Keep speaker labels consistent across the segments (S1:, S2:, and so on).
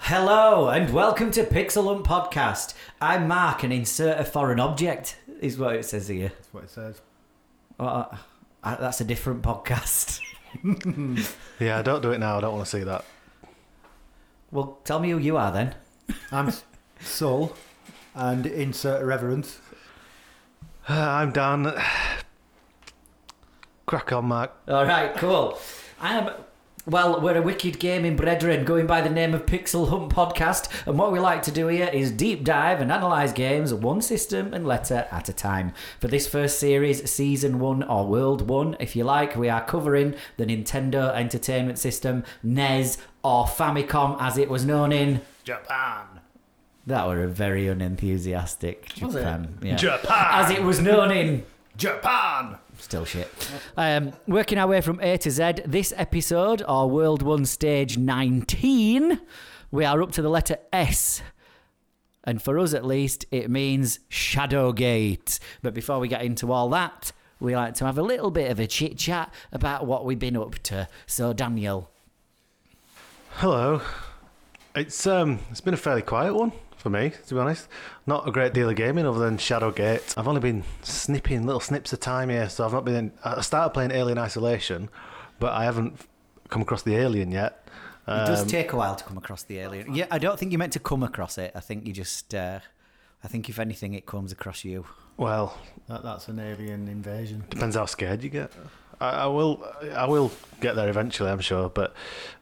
S1: Hello and welcome to Pixelunt Podcast. I'm Mark and insert a foreign object is what it says here.
S2: That's what it says.
S1: Uh, uh, that's a different podcast.
S3: Yeah, don't do it now. I don't want to see that.
S1: Well, tell me who you are then.
S2: I'm Sol, and insert irreverence.
S3: Uh, I'm Dan. Crack on, Mark.
S1: All right, cool. I am. Well, we're a wicked gaming brethren going by the name of Pixel Hunt Podcast, and what we like to do here is deep dive and analyse games one system and letter at a time. For this first series, Season 1 or World 1, if you like, we are covering the Nintendo Entertainment System, NES, or Famicom as it was known in.
S2: Japan.
S1: That were a very unenthusiastic
S2: Was it?
S1: Japan. Yeah.
S3: Japan.
S1: As it was known in.
S2: Japan!
S1: Still shit. Um, working our way from A to Z, this episode, or World 1 Stage 19, we are up to the letter S. And for us at least, it means Shadowgate. But before we get into all that, we like to have a little bit of a chit chat about what we've been up to. So, Daniel,
S3: Hello. It's um, it's been a fairly quiet one for me, to be honest. Not a great deal of gaming other than Shadowgate. I've only been snipping little snips of time here, so I've not been. In, I started playing Alien Isolation, but I haven't come across the alien yet.
S1: it does take a while to come across the alien. Yeah, I don't think you meant to come across it. I think you just, uh, I think if anything, it comes across you.
S3: Uh, Well,
S2: That, that's an alien invasion.
S3: Depends how scared you get. I, I will. I will get there eventually, I'm sure. But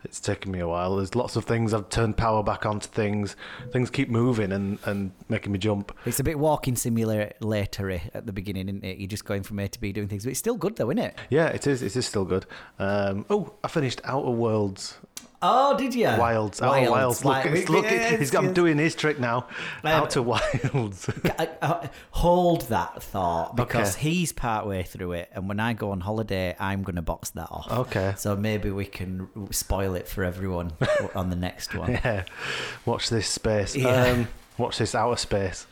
S3: it's taken me a while. There's lots of things. I've turned power back onto things. Things keep moving and and making me jump.
S1: It's a bit walking simulator at the beginning, isn't it? You're just going from A to B doing things, but it's still good though, isn't it?
S3: Yeah, it is. It is still good. Um, oh, I finished Outer Worlds.
S1: Oh, did you?
S3: Wilds. Outer Uh, Wilds. Look, it's, look
S2: yes,
S3: he's got, I'm
S2: yes.
S3: doing his trick now. Outer Wilds.
S1: hold that thought because
S3: Okay.
S1: he's part way through it, and when I go on holiday, I'm going to box that off.
S3: Okay.
S1: So maybe we can r- spoil it for everyone on the next one.
S3: yeah. Watch this space.
S1: Yeah.
S3: Um, watch this outer space.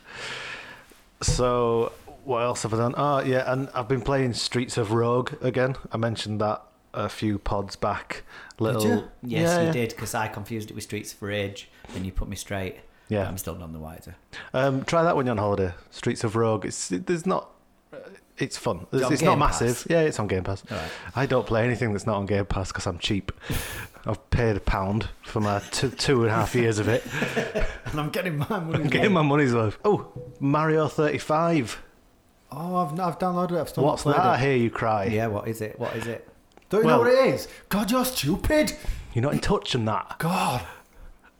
S3: So, what else have I done? Oh, yeah, and I've been playing Streets of Rogue again. I mentioned that a few pods back. Little,
S2: you?
S1: Yes,
S3: yeah,
S1: you
S3: yeah.
S1: did because I confused it with Streets for Rage, and you put me straight.
S3: Yeah.
S1: I'm still none the wiser.
S3: Um, try that when you're on holiday. Streets of Rogue. It's it, there's not. It's fun. It's,
S1: on
S3: it's not
S1: Game Pass?
S3: massive. Yeah, it's on Game Pass.
S1: Alright.
S3: I don't play anything that's not on Game Pass because I'm cheap. I've paid a pound for my two, two and a half years of it.
S2: And I'm getting my money.
S3: Getting my money's worth. Oh, Mario 35.
S2: Oh, I've, I've downloaded it. I've still not
S3: What's
S2: played
S3: that? I
S2: It.
S3: hear you cry.
S1: Yeah, what is it? What is it?
S2: Don't you know
S3: Well-
S2: what it is? God, you're stupid!
S3: You're not in touch on that.
S2: God!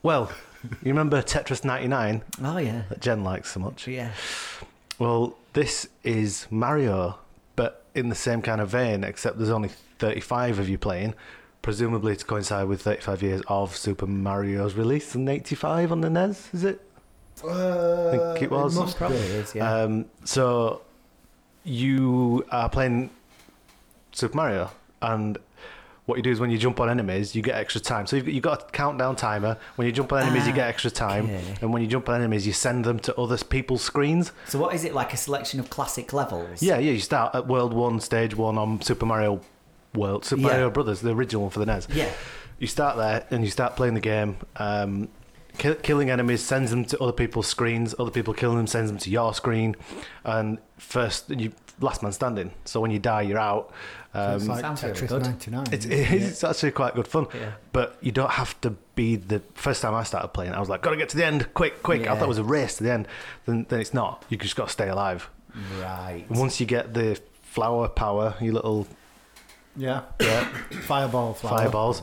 S3: Well, you remember Tetris 99
S1: Oh yeah,
S3: that Jen likes so much?
S1: yeah.
S3: Well, this is Mario, but in the same kind of vein, except there's only 35 of you playing, presumably to coincide with 35 years of Super Mario's release in 85 on the NES, is it?
S2: Uh,
S3: think it was.
S2: must
S1: Probably
S2: be.
S1: is. Yeah.
S3: Um, so you are playing Super Mario, and what you do is when you jump on enemies, you get extra time. So you've, you've got a countdown timer. When you jump on enemies, you
S1: Ah,
S3: get extra time,
S1: okay.
S3: and when you jump on enemies, you send them to other people's screens.
S1: So what is it like a selection of classic levels?
S3: Yeah, yeah. You start at World One, Stage One on Super Mario World, Super
S1: Yeah.
S3: Mario Brothers, the original one for the NES.
S1: Yeah.
S3: You start there and you start playing the game. Um, ki- killing enemies sends them to other people's screens. Other people killing them sends them to your screen. And first, you last man standing. So when you die, you're out. Um,
S2: It's like
S1: Sounds really
S2: Tetris
S1: good.
S2: 99.
S3: it's, it's actually quite good fun,
S1: Yeah.
S3: but you don't have to be the first time I started playing. I was like, gotta get to the end, quick, quick. I
S1: Yeah.
S3: thought it was a race to the end. Then, then it's not. You just gotta stay alive.
S1: Right.
S3: Once you get the flower power, your little
S2: Yeah.
S3: yeah,
S2: Fireball flower.
S3: fireballs,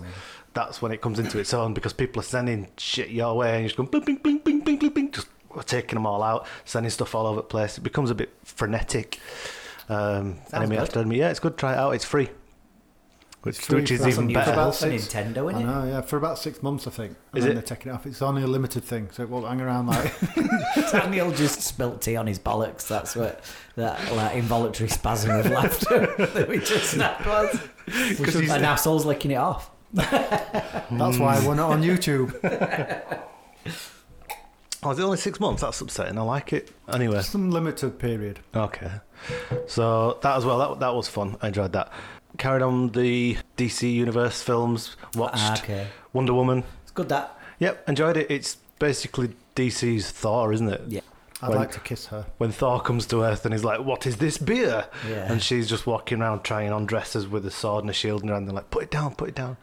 S3: that's when it comes into its own because people are sending shit your way and you're just going bing, bing, bing, bing, bing, bing, bing, just taking them all out, sending stuff all over the place. It becomes a bit frenetic. Um,
S1: Sounds
S3: enemy
S1: good.
S3: after enemy. Yeah, it's good. Try it out. It's free. which,
S2: free
S3: which is
S2: for us
S3: even
S2: on
S1: new
S2: Better.
S1: for
S3: better.
S1: both for
S2: It's-
S1: Nintendo,
S2: I
S1: isn't it?
S2: know, yeah, for about six months, I think. And
S3: Is
S2: then
S3: it?
S2: they take it off. It's only a limited thing, so it won't hang around like.
S1: Daniel just spilt tea on his bollocks. That's what that like, involuntary spasm of laughter that we just snapped was.
S3: Because he's-
S1: And now Saul's licking it off.
S2: That's why we're not on YouTube.
S3: Oh, is it only six months? That's upsetting. I like it. Anyway,
S2: Some limited period.
S3: okay. So that as well. That that was fun. I enjoyed that. Carried on the DC Universe films. Watched
S1: Ah, okay.
S3: Wonder Woman.
S1: It's good that.
S3: Yep, enjoyed it. It's basically DC's Thor, isn't it?
S1: Yeah.
S2: I'd
S3: When-
S2: like to kiss her.
S3: When Thor comes to Earth and he's like, "What is this beer?"
S1: Yeah.
S3: And she's just walking around trying on dresses with a sword and a shield, and they're like, "Put it down, put it down."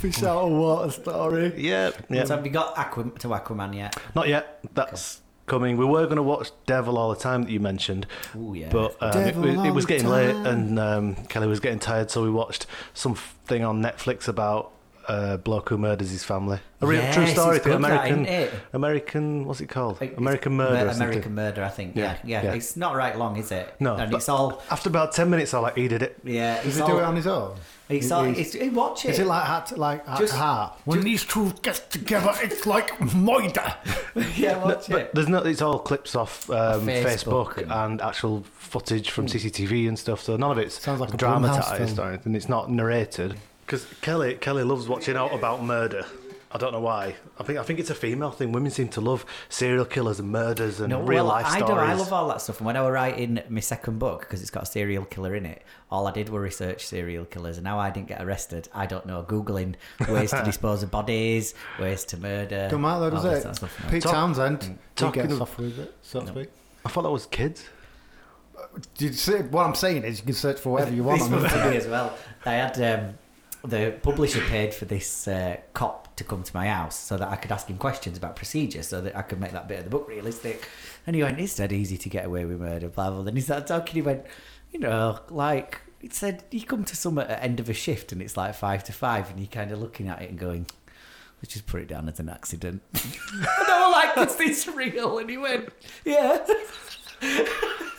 S2: Fish out of water story.
S3: Yeah, yeah.
S1: So have you got Aqua- to Aquaman yet?
S3: Not yet. That's coming. We were going to watch Devil All the Time that you mentioned,
S1: Oh yeah.
S3: but um, it,
S2: Devil
S3: was- it
S2: All
S3: was
S2: the
S3: getting late
S2: Time.
S3: and um, Kelly was getting tired, so we watched something on Netflix about a bloke who murders his family. A real true
S1: Yes,
S3: story.
S1: it's
S3: The
S1: good that,
S3: American,
S1: isn't it?
S3: American, what's it called?
S1: Like,
S3: American Murder. or
S1: Mer-
S3: something.
S1: American Murder, I think.
S3: Yeah,
S1: Yeah. Yeah,
S3: yeah.
S1: It's not right long, is it?
S3: No,
S1: And
S3: but-
S1: it's all.
S3: After about 10 minutes, I like, he did it.
S1: Yeah.
S2: Does
S1: it's
S2: he
S1: all,
S2: do it on his own?
S1: It's
S2: He-
S1: all.
S2: he's-
S1: It's, hey, watch it.
S2: Is it like heart to, like heart
S1: Just-
S2: to heart? When these two get together, it's like moida.
S1: yeah,
S3: No,
S1: watch
S3: but
S1: it.
S3: there's no. It's all clips off um, Facebook,
S1: Facebook Hmm.
S3: and actual footage from CCTV and stuff. So none of it's
S2: Sounds like a Blumhouse
S3: dramatized
S2: film.
S3: or anything. It's not narrated. Because Kelly, Kelly loves watching out about murder. I don't know why. I think I think it's a female thing. Women seem to love serial killers and murders and
S1: No,
S3: real
S1: well,
S3: life
S1: I
S3: stories.
S1: do. I love all that stuff. And when I were writing my second book, because it's got a serial killer in it, all I did were research serial killers. And now I didn't get arrested. I don't know. Googling ways to dispose of bodies, ways to murder.
S2: Don't matter,
S1: all
S2: does
S1: this
S2: it?
S1: sort of stuff.
S2: Pete
S3: Talk-
S2: Townsend, he
S3: talking
S2: gets
S3: of-
S2: off with it, so to speak.
S3: I thought that was kids.
S2: You see, what I'm saying is, you can search for whatever you want.
S1: this
S2: on the
S1: was for
S2: internet.
S1: me as well. I had um, the publisher paid for this uh, cop to come to my house so that I could ask him questions about procedure, so that I could make that bit of the book realistic. And he went, "It's dead easy to get away with murder, blah blah." Then he started talking. He went, "You know, like." It said you come to some at the end of a shift and it's like five to five, and you're kind of looking at it and going, "Let's just put it down as an accident." and I was like, "Is this real?" And he went, "Yeah."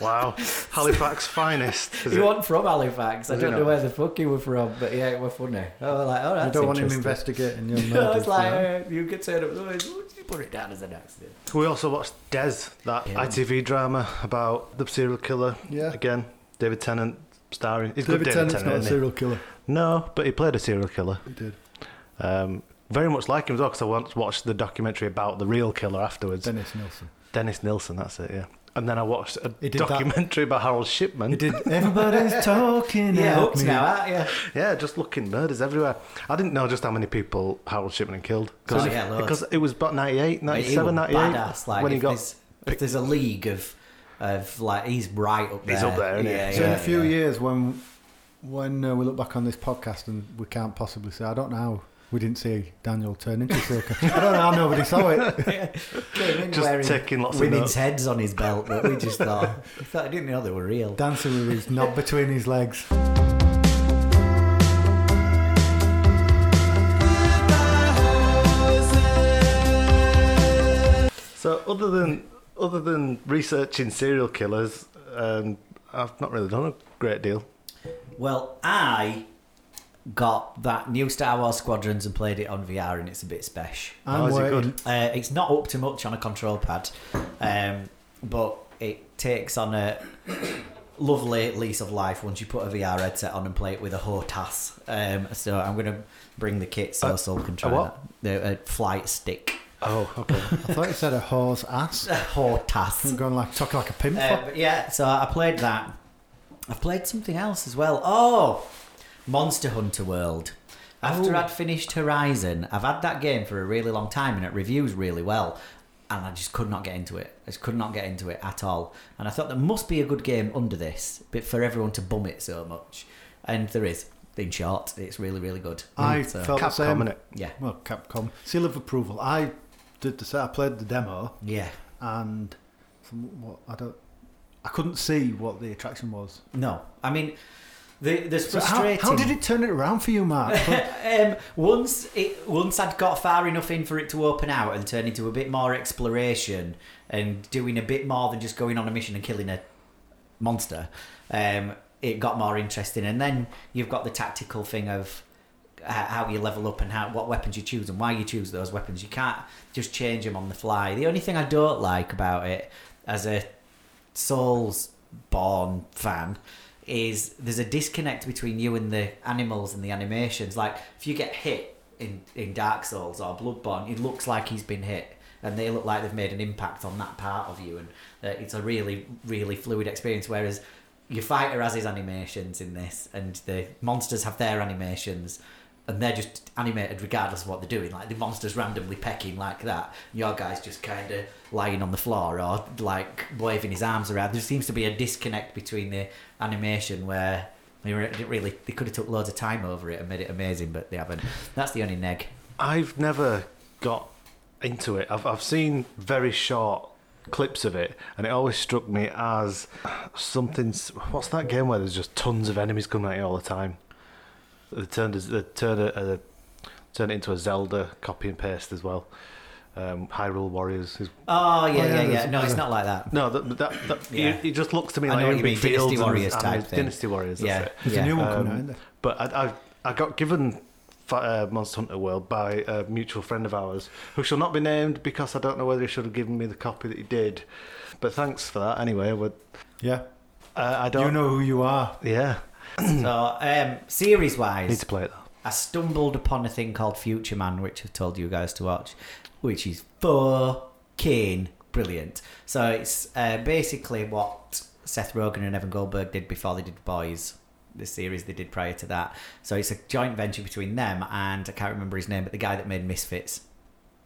S3: Wow, Halifax finest. is
S1: He
S3: it?
S1: wasn't from Halifax. I
S3: Was he
S1: don't know
S3: not?
S1: where the fuck he were from, but yeah, it were funny. I was like, oh, that's
S2: You don't want him
S1: interesting."
S2: investigating your murders.
S1: No, it's like,
S2: you know?
S1: uh, you could turn up somewhere, "Oh, you put it down as an accident.
S3: We also watched Des, that
S1: Yeah.
S3: ITV drama about the serial killer.
S2: Yeah.
S3: Again, David Tennant starring. He's
S2: David
S3: good. David
S2: Tennant's
S3: Tennant,
S2: not a
S3: isn't he?
S2: serial killer.
S3: No, but he played a serial killer.
S2: He did.
S3: Um, very much like him as well, because I once watched the documentary about the real killer afterwards.
S2: Dennis Nilsson.
S3: Dennis Nilsson, that's it, yeah. And then I watched a
S2: He did that.
S3: documentary about Harold Shipman.
S2: He did. Everybody's talking
S1: Yeah,
S2: about
S1: hooked
S2: me.
S1: now, aren't you?
S3: Yeah, just looking murders everywhere. I didn't know just how many people Harold Shipman had killed.
S1: Oh, yeah, loads.
S3: because it was about 98,
S1: Like, he
S3: 97,
S1: were
S3: 98.
S1: Badass, like,
S3: when he
S1: if,
S3: got.
S1: there's, if there's a league of, of like, he's right up there.
S3: He's up there, isn't he?
S1: yeah,
S2: So in
S1: yeah,
S2: a few
S1: yeah.
S2: years, when when uh, we look back on this podcast and we can't possibly say, I don't know how we didn't see Daniel turn into a serial killer. I don't know how nobody saw it.
S1: Came in
S3: Just
S1: wearing
S3: taking lots of
S1: women's
S3: notes.
S1: heads on his belt, but we just thought, we thought, I didn't know they were real.
S2: Dancing with his knob between his legs.
S3: So other than other than researching serial killers, um, I've not really done a great deal.
S1: Well, I got that new Star Wars Squadrons and played it on VR, and it's a bit special.
S3: Oh,
S2: I'm
S3: is it good?
S2: waiting.
S1: Uh, it's not up to much on a control pad, um, but it takes on a lovely lease of life once you put a VR headset on and play it with a HOTAS. Um, so I'm going to bring the kit so
S3: A-
S1: Sol can try
S3: what?
S1: that. The, a flight stick.
S3: Oh, okay.
S2: I thought you said a whore's ass. I'm
S1: HOTAS.
S2: going like talking like a pimp.
S1: Uh, but yeah, so I played that. I've played something else as well. Oh, Monster Hunter World. After
S2: Ooh.
S1: I'd finished Horizon, I've had that game for a really long time and it reviews really well. And I just could not get into it. I just could not get into it at all. And I thought there must be a good game under this, but for everyone to bum it so much. And there is. In short, it's really, really good.
S2: I
S1: So,
S2: felt the
S3: Capcom,
S2: same.
S3: innit?
S1: yeah,
S2: Well, Capcom seal of approval. I did the set. I played the demo
S1: yeah.
S2: and from what I don't, I couldn't see what the attraction was.
S1: No, I mean, the there's
S2: So how,
S1: frustrating.
S2: how did it turn it around for you, Mark?
S1: um, once it once I'd got far enough in for it to open out and turn into a bit more exploration and doing a bit more than just going on a mission and killing a monster, um, it got more interesting. And then you've got the tactical thing of h- how you level up and how what weapons you choose and why you choose those weapons. You can't just change them on the fly. The only thing I don't like about it as a Souls born fan is there's a disconnect between you and the animals and the animations. Like if you get hit in, in Dark Souls or Bloodborne, it looks like he's been hit. And they look like they've made an impact on that part of you, and uh, it's a really, really fluid experience. Whereas your fighter has his animations in this, and the monsters have their animations, and they're just animated regardless of what they're doing. Like the monsters randomly pecking like that, and your guy's just kind of lying on the floor or like waving his arms around. There seems to be a disconnect between the animation where they re- didn't really they could have took loads of time over it and made it amazing, but they haven't. That's the only neg.
S3: I've never got into it. I've, I've seen very short clips of it, and it always struck me as something. s- What's that game where there's just tons of enemies coming at you all the time? They turned as- they turned it, uh, turned it into a Zelda copy and paste as well. Um, Hyrule Warriors. Is,
S1: Oh yeah,
S2: yeah,
S1: yeah, yeah.
S2: there's-
S1: No, it's
S2: yeah.
S1: not like that.
S3: no, that, that, that,
S1: Yeah.
S3: it, it just looks to me
S1: I
S3: like
S1: know what you
S3: it'd be
S1: mean, Dynasty
S3: Fields and-
S1: Warriors
S3: and
S1: type thing.
S3: Dynasty Warriors. That's
S1: Yeah.
S3: it.
S2: There's a new one coming out,
S3: Um,
S2: isn't there?
S3: But I, I, I got given Fi- uh, Monster Hunter World by a mutual friend of ours, who shall not be named because I don't know whether he should have given me the copy that he did. But thanks for that anyway. But
S2: Yeah.
S3: uh, I don't.
S2: You know who you are.
S3: Yeah,
S1: So um, series
S3: I need
S1: wise,
S3: to play it though.
S1: I stumbled upon a thing called Future Man, which I've told you guys to watch, which is fucking brilliant. So it's uh, basically what Seth Rogen and Evan Goldberg did before they did Boys, the series they did prior to that. So it's a joint venture between them and I can't remember his name, but the guy that made Misfits.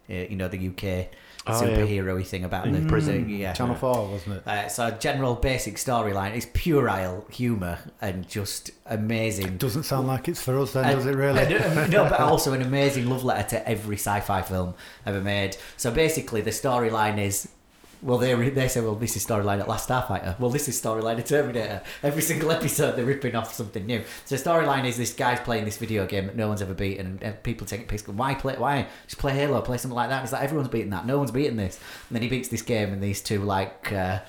S1: Uh, you know the UK
S3: Oh, yeah.
S1: superhero-y thing about the
S3: In prison.
S1: the- yeah,
S2: Hmm. Channel 4, wasn't it?
S1: Uh, so general basic storyline. It's puerile humour and just amazing.
S2: Doesn't sound like it's for us then,
S1: And-
S2: does it really?
S1: and- no, but also an amazing love letter to every sci-fi film ever made. So basically, the storyline is. Well, they re- they say, well, this is storyline at Last Starfighter. Well, this is storyline at Terminator. Every single episode, they're ripping off something new. So storyline is this guy's playing this video game that no one's ever beaten, and, and people take it piss. Why play? Why just play Halo? Play something like that. It's like everyone's beating that. No one's beating this. And then he beats this game, and these two like uh,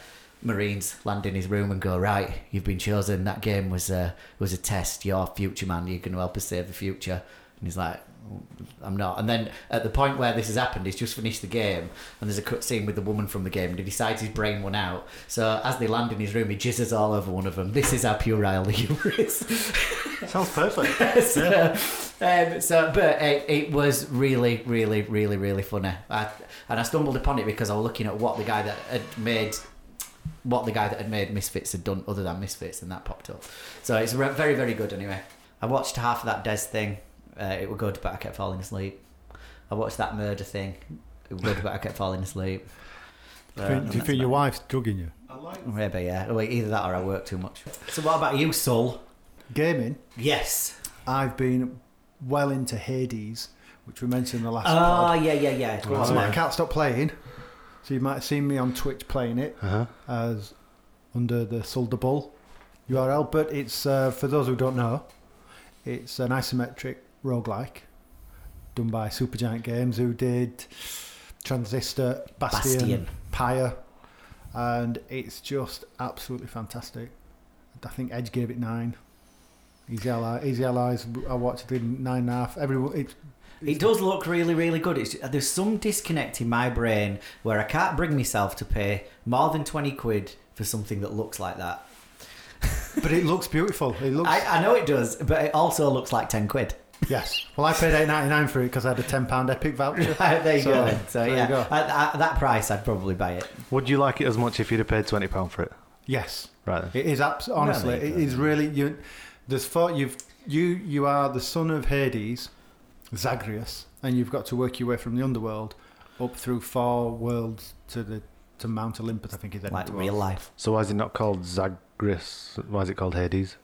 S1: Marines land in his room and go, right, you've been chosen. That game was a was a test. You're future man. You're going to help us save the future. And he's like, I'm not. And then at the point where this has happened, he's just finished the game, and there's a cut scene with the woman from the game, and he decides he's brain one out. So as they land in his room, he jizzes all over one of them. This is how puerile the humour is.
S3: Sounds perfect.
S1: so, um, so, but it, it was really, really, really, really funny. I, and I stumbled upon it because I was looking at what the guy that had made, what the guy that had made Misfits had done other than Misfits, and that popped up. So it's re- very, very good. Anyway, I watched half of that Des thing. Uh, it was good, but I kept falling asleep. I watched that murder thing. It was good, but I kept falling asleep. Uh,
S2: Do you think- do you think your wife's drugging you?
S1: Maybe yeah. Well, either that or I work too much. So what about you, Sol?
S2: Gaming.
S1: Yes.
S2: I've been well into Hades, which we mentioned in the last
S1: Ah,
S2: pod.
S1: yeah, yeah, yeah. Go on.
S2: So
S3: yeah.
S2: I can't stop playing. So you might have seen me on Twitch playing it
S3: Uh huh.
S2: as under the Solder Bull URL. But it's, uh, for those who don't know, it's an isometric roguelike done by Supergiant Games, who did Transistor, Bastion,
S1: Bastion.
S2: Pyre. And it's just absolutely fantastic. I think Edge gave it nine. Easy Ally, Easy Allies, I watched it in nine and a half. Everyone, it's
S1: It does look really, really good. It's, there's some disconnect in my brain where I can't bring myself to pay more than 20 quid for something that looks like that.
S2: But it looks beautiful. It looks
S1: I, I know it does, but it also looks like 10 quid.
S2: yes. Well, I paid eight ninety nine for it because I had a ten pound Epic voucher.
S1: there you
S2: So,
S1: go. Then. So,
S2: there you
S1: yeah,
S2: go.
S1: At, at that price, I'd probably buy it.
S3: Would you like it as much if you'd have paid twenty pound for it?
S2: Yes,
S3: Right. Then.
S2: it is. Abs- honestly,
S1: there you
S2: it
S1: go.
S2: is really you. There's thought you've you you are the son of Hades, Zagreus, and you've got to work your way from the underworld up through four worlds to the to Mount Olympus. I think is
S1: Like real life.
S3: So why is it not called Zagreus? Why is it called Hades?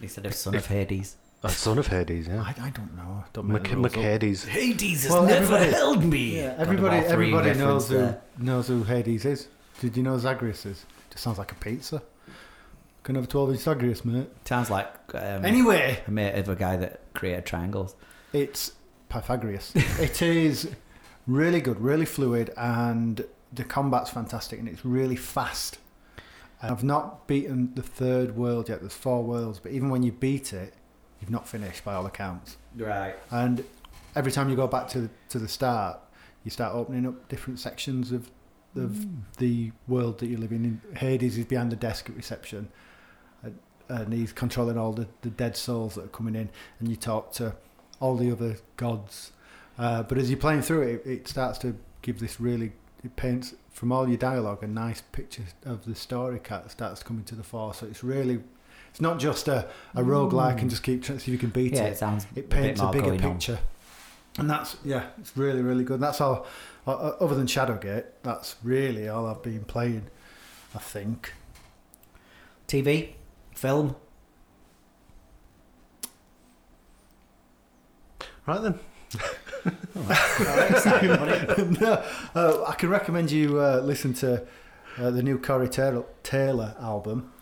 S1: Instead of Son of Hades.
S3: A son of Hades. Yeah.
S2: I, I don't know. I don't make
S3: Mc-
S2: the rules up.
S3: McHades.
S1: Hades
S2: Well, everybody-
S1: held me.
S2: Yeah,
S1: Got
S2: everybody
S1: about three
S2: everybody
S1: reference
S2: knows who
S1: there.
S2: knows who Hades is. Did you know Zagreus is? Just sounds like a pizza. Can have a twelve inch Zagreus, mate.
S1: Sounds like um,
S2: Anyway,
S1: a mate of a guy that created triangles.
S2: It's Pythagoras. it is really good, really fluid, and the combat's fantastic, and it's really fast. And I've not beaten the third world yet. There's four worlds, but even when you beat it, you've not finished by all accounts.
S1: Right.
S2: And every time you go back to to the start, you start opening up different sections of of the world that you're living in. Hades is behind the desk at reception, and, and he's controlling all the, the dead souls that are coming in. And you talk to all the other gods. Uh, but as you're playing through it, it starts to give this really it paints from all your dialogue a nice picture of the story. Cat starts coming to the fore, so it's really. It's not just a, a roguelike and just keep trying to see if you can beat
S1: Yeah,
S2: it
S1: it sounds
S2: it paints
S1: a,
S2: a,
S1: bit more
S2: bigger
S1: going on.
S2: picture. And that's yeah, it's really really good. That's all. o- o- Other than Shadowgate, that's really all I've been playing. I think.
S1: TV, film.
S3: Right then.
S2: no, uh, I can recommend you uh, listen to uh, the new Corey Taylor, Taylor album,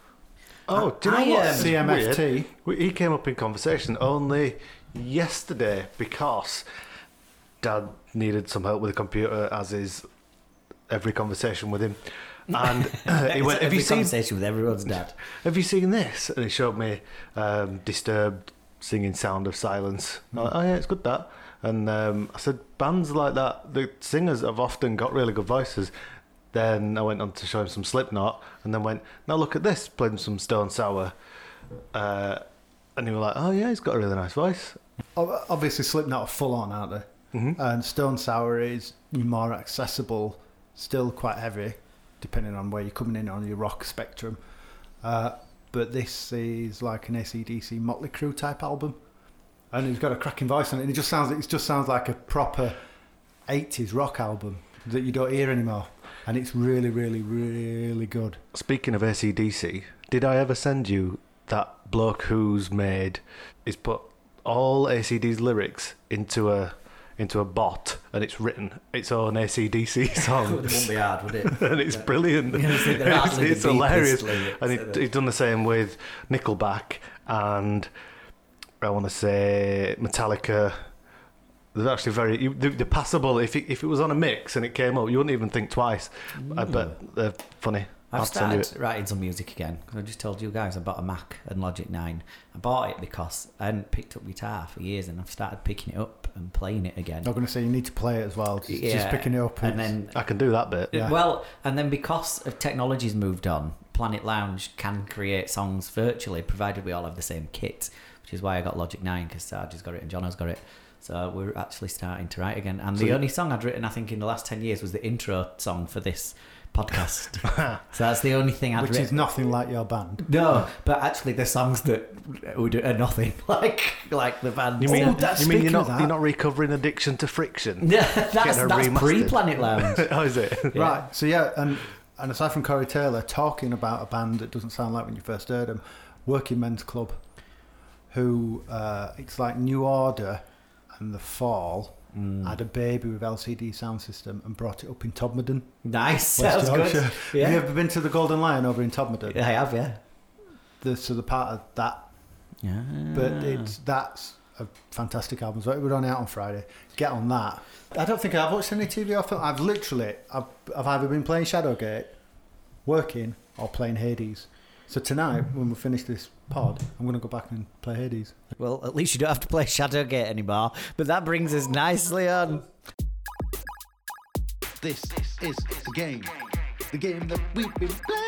S3: Oh, do you know
S1: I,
S3: what?
S1: um,
S3: is
S2: CMFT.
S3: weird? We- He came up in conversation only yesterday because Dad needed some help with the computer, as is every conversation with him. And uh, he went, "Have you seen?
S1: conversation with everyone's dad?
S3: Have you seen this?" And he showed me um, Disturbed singing "Sound of Silence." And I'm like, "Oh yeah, it's good that." And um, I said, "Bands like that, the singers have often got really good voices." Then I went on to show him some Slipknot, and then went, "Now look at this, playing some Stone Sour." Uh, and he was like, "Oh yeah, he's got a really nice voice."
S2: Ob- Obviously, Slipknot are full on, aren't they?
S1: Mm-hmm.
S3: Mhm.
S2: And Stone Sour is more accessible, still quite heavy, depending on where you're coming in on your rock spectrum. Uh, but this is like an ACDC Motley Crue type album, and he's got a cracking voice on it. And it just sounds it just sounds like a proper '80s rock album that you don't hear anymore. And it's really, really, really good.
S3: Speaking of ACDC, did I ever send you that bloke who's made? He's put all ACD's lyrics into a into a bot, and it's written its own ACDC song,
S1: it won't be hard, would it?
S3: and it's brilliant.
S1: You know, it's like they're
S3: It's-
S1: rattling the
S3: it's
S1: deepest
S3: hilarious.
S1: lyrics,
S3: And
S1: isn't it?
S3: he- he's done the same with Nickelback and I want to say Metallica. They're actually very you- they're they're passable. If it, if it was on a mix and it came up, you wouldn't even think twice. I bet they're funny.
S1: Hmm. I've
S3: I'll send you it.
S1: started writing some music again because I just told you guys I bought a Mac and Logic 9. I bought it because I hadn't picked up guitar for years and I've started picking it up and playing it again.
S2: I'm
S3: Oh,
S2: not going to say you need to play it as well. Just, just
S1: Yeah,
S2: picking it up
S1: and
S2: is-
S1: then
S3: I can do that bit.
S2: Yeah.
S1: well, and then because of technology's moved on, Planet Lounge can create songs virtually, provided we all have the same kit, which is why I got Logic Nine because Sarge has got it and John has got it. So we're actually starting to write again. And
S3: So
S1: the
S3: you-
S1: only song I'd written, I think, in the last ten years was the intro song for this podcast. so that's the only thing I'd
S2: which
S1: written.
S2: is nothing like your band.
S1: no, but actually, the songs that would are nothing like like the band.
S3: You mean,
S2: Oh, that's
S3: you mean you're
S2: speaking of
S3: not
S2: that.
S3: you're not recovering addiction to friction?
S1: yeah, that's,
S3: Getting a
S1: that's
S3: remastered.
S1: pre Planet Lounge.
S3: oh, is it?
S1: Yeah.
S2: Right. So yeah, and and aside from Corey Taylor talking about a band that doesn't sound like when you first heard them, Working Men's Club, who uh, it's like New Order and The Fall
S1: Hmm. Mm.
S2: had a baby with LCD sound system and brought it up in Todmorden,
S1: Nice,
S2: West
S1: sounds
S2: Yorkshire.
S1: good. Yeah.
S2: Have you ever been to the Golden Lion over in Todmorden?
S1: I have, yeah.
S2: The, so the part of that,
S1: Yeah.
S2: but it's that's a fantastic album. So it would on out on Friday. Get on that. I don't think I've watched any TV or film. I've literally I've, I've either been playing Shadowgate, working, or playing Hades. So tonight, when we finish this pod, I'm going to go back and play Hades.
S1: Well, at least you don't have to play Shadowgate anymore. But that brings us nicely on.
S4: This is the game. The game that we've been playing.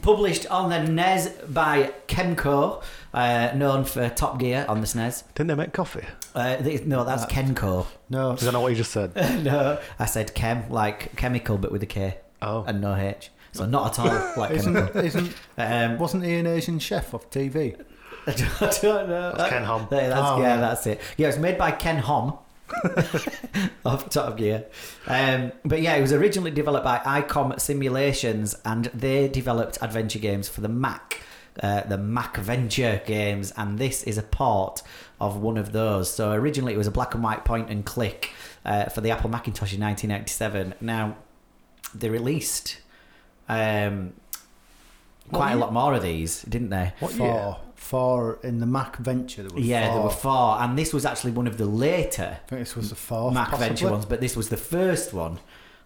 S1: Published on the NES by Kenko, uh, known for Top Gear on the SNES.
S3: Didn't they make coffee?
S1: Uh, th- no, that's Kenko.
S2: No,
S3: I don't know what you just said.
S1: no, I said chem, like chemical, but with a K
S3: Oh,
S1: and no H. So not at all like
S2: isn't,
S1: chemical.
S2: isn't
S1: Um,
S2: wasn't he an Asian chef off TV?
S1: I don't know.
S3: That's Ken Hom.
S1: Yeah, that's,
S2: Oh,
S1: yeah,
S2: right.
S1: that's it. Yeah, it was made by Ken Hom of Top Gear. Um, but yeah, it was originally developed by ICOM Simulations and they developed adventure games for the Mac. Uh, the Mac Venture games, and this is a port of one of those. So originally it was a black and white point and click uh, for the Apple Macintosh in 1997. Now they released um, quite a lot more of these, didn't they?
S2: What four,
S3: year?
S2: four in the Mac Venture. There were
S1: Yeah,
S2: four.
S1: there were four, and this was actually one of the later
S2: I think this was the fourth.
S1: Mac
S2: possibly.
S1: Venture ones, but this was the first one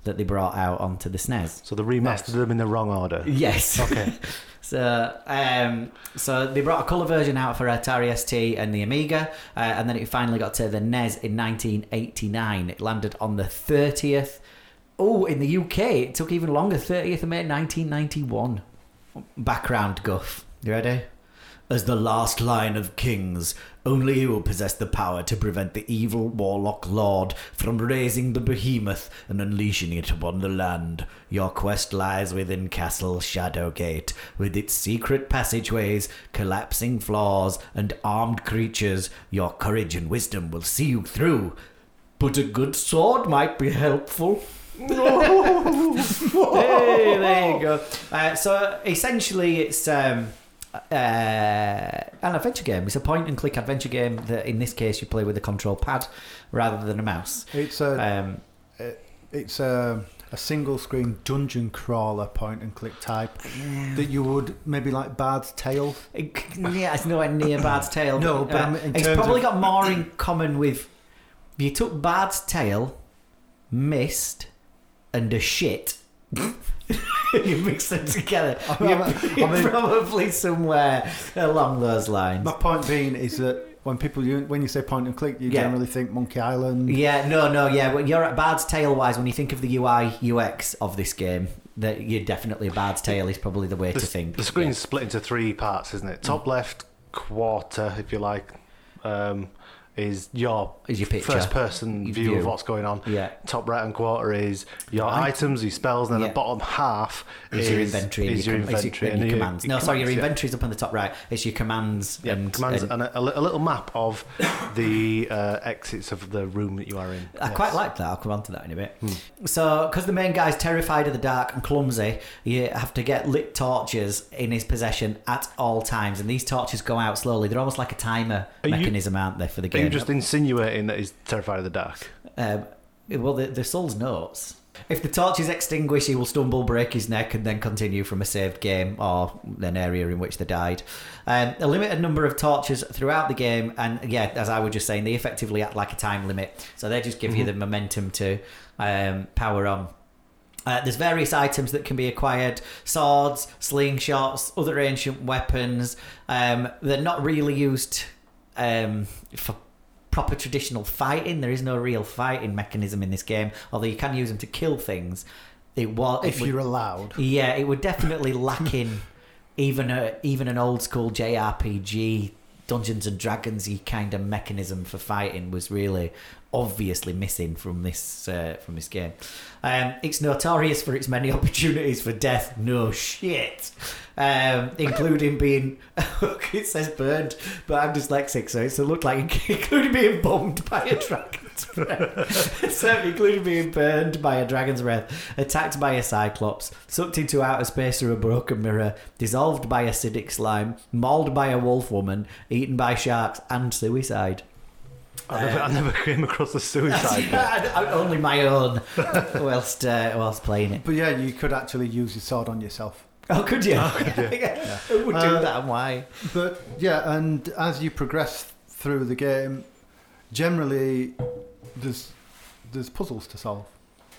S1: that they brought out onto the SNES.
S3: So they remastered them in the wrong order.
S1: Yes.
S3: Okay.
S1: So, um, so they brought a colour version out for Atari ST and the Amiga, uh, and then it finally got to the NES in 1989. It landed on the 30th. Oh, in the UK, it took even longer, 30th of May 1991. Background guff. You ready? As the last line of kings, only he will possess the power to prevent the evil warlock lord from raising the behemoth and unleashing it upon the land. Your quest lies within Castle Shadowgate, with its secret passageways, collapsing floors, and armed creatures. Your courage and wisdom will see you through. But a good sword might be helpful. hey, there you go. Uh, so essentially, it's um, uh, an adventure game. It's a point and click adventure game that, in this case, you play with a control pad rather than a mouse.
S2: It's a
S1: Um,
S2: it's a, a single screen dungeon crawler point and click type that you would maybe like Bard's Tale.
S1: it- yeah, it's nowhere near Bard's Tale. uh,
S2: No, but I mean, in
S1: it's
S2: terms
S1: probably
S2: of-
S1: got more in common with. You took Bard's Tale, Mist, and a shit. you mixed them together.
S2: I mean,
S1: You're,
S2: I mean-
S1: you're probably somewhere along those lines.
S2: My point being is that when people you, when you say point and click, you
S1: Yeah.
S2: generally think Monkey Island.
S1: Yeah, no, no, yeah. Well, you're at Bard's Tale wise. When you think of the UI UX of this game, that you're definitely Bard's Tale is probably the way
S3: The,
S1: to think. Mm.
S3: the screen's split into three parts, isn't it? Top left quarter, if you like, um, is your
S1: yeah, is your picture.
S3: first person
S1: You
S3: view,
S1: view.
S3: of what's going on.
S1: Yeah.
S3: Top right and quarter is your
S1: Right.
S3: items, your spells, and then
S1: Yeah.
S3: the bottom half
S1: Is, your inventory and
S3: is
S1: your,
S3: your
S1: com- is
S3: inventory
S1: and your commands? no, sorry, your
S3: commands, yeah.
S1: inventory's up on the top right. It's your commands
S3: Yeah,
S1: and
S3: commands
S1: and-
S3: and a, a li- a little map of the uh, exits of the room that you are in.
S1: I quite
S3: Yes. Hmm.
S1: like that. I'll come on to that in a bit. So, because the main guy's terrified of the dark and clumsy, you have to get lit torches in his possession at all times, and these torches go out slowly. They're almost like a timer
S3: Are you-
S1: mechanism, aren't they, for the
S3: Are
S1: game?
S3: you just insinuating that he's terrified of the dark?
S1: Um, well, the, the soul's notes. If the torch is extinguished, he will stumble, break his neck, and then continue from a saved game or an area in which they died. Um, a limited number of torches throughout the game, and yeah, as I was just saying, they effectively act like a time limit. So they just give you the momentum to um, power on. Uh, there's various items that can be acquired swords, slingshots, other ancient weapons. Um, they're not really used um, for proper traditional fighting. There is no real fighting mechanism in this game, although you can use them to kill things. It was
S2: If you're allowed.
S1: yeah, it would definitely lack in even a even an old school JRPG Dungeons and Dragons y kind of mechanism for fighting was really obviously missing from this uh, from this game. Um, it's notorious for its many opportunities for death. No shit, um, including being it says burned, but I'm dyslexic, so it's- it looked like including being bombed by a dragon's breath. so including being burned by a dragon's breath attacked by a cyclops, sucked into outer space through a broken mirror, dissolved by acidic slime, mauled by a wolf woman, eaten by sharks, and suicide.
S3: I, never, I never came across a suicide. bit.
S1: Only my own, whilst uh, whilst playing it.
S2: But yeah, you could actually use your sword on yourself.
S1: Oh, could you? Who would do
S2: Uh,
S1: that and why?
S2: But yeah, and as you progress through the game, generally there's there's puzzles to solve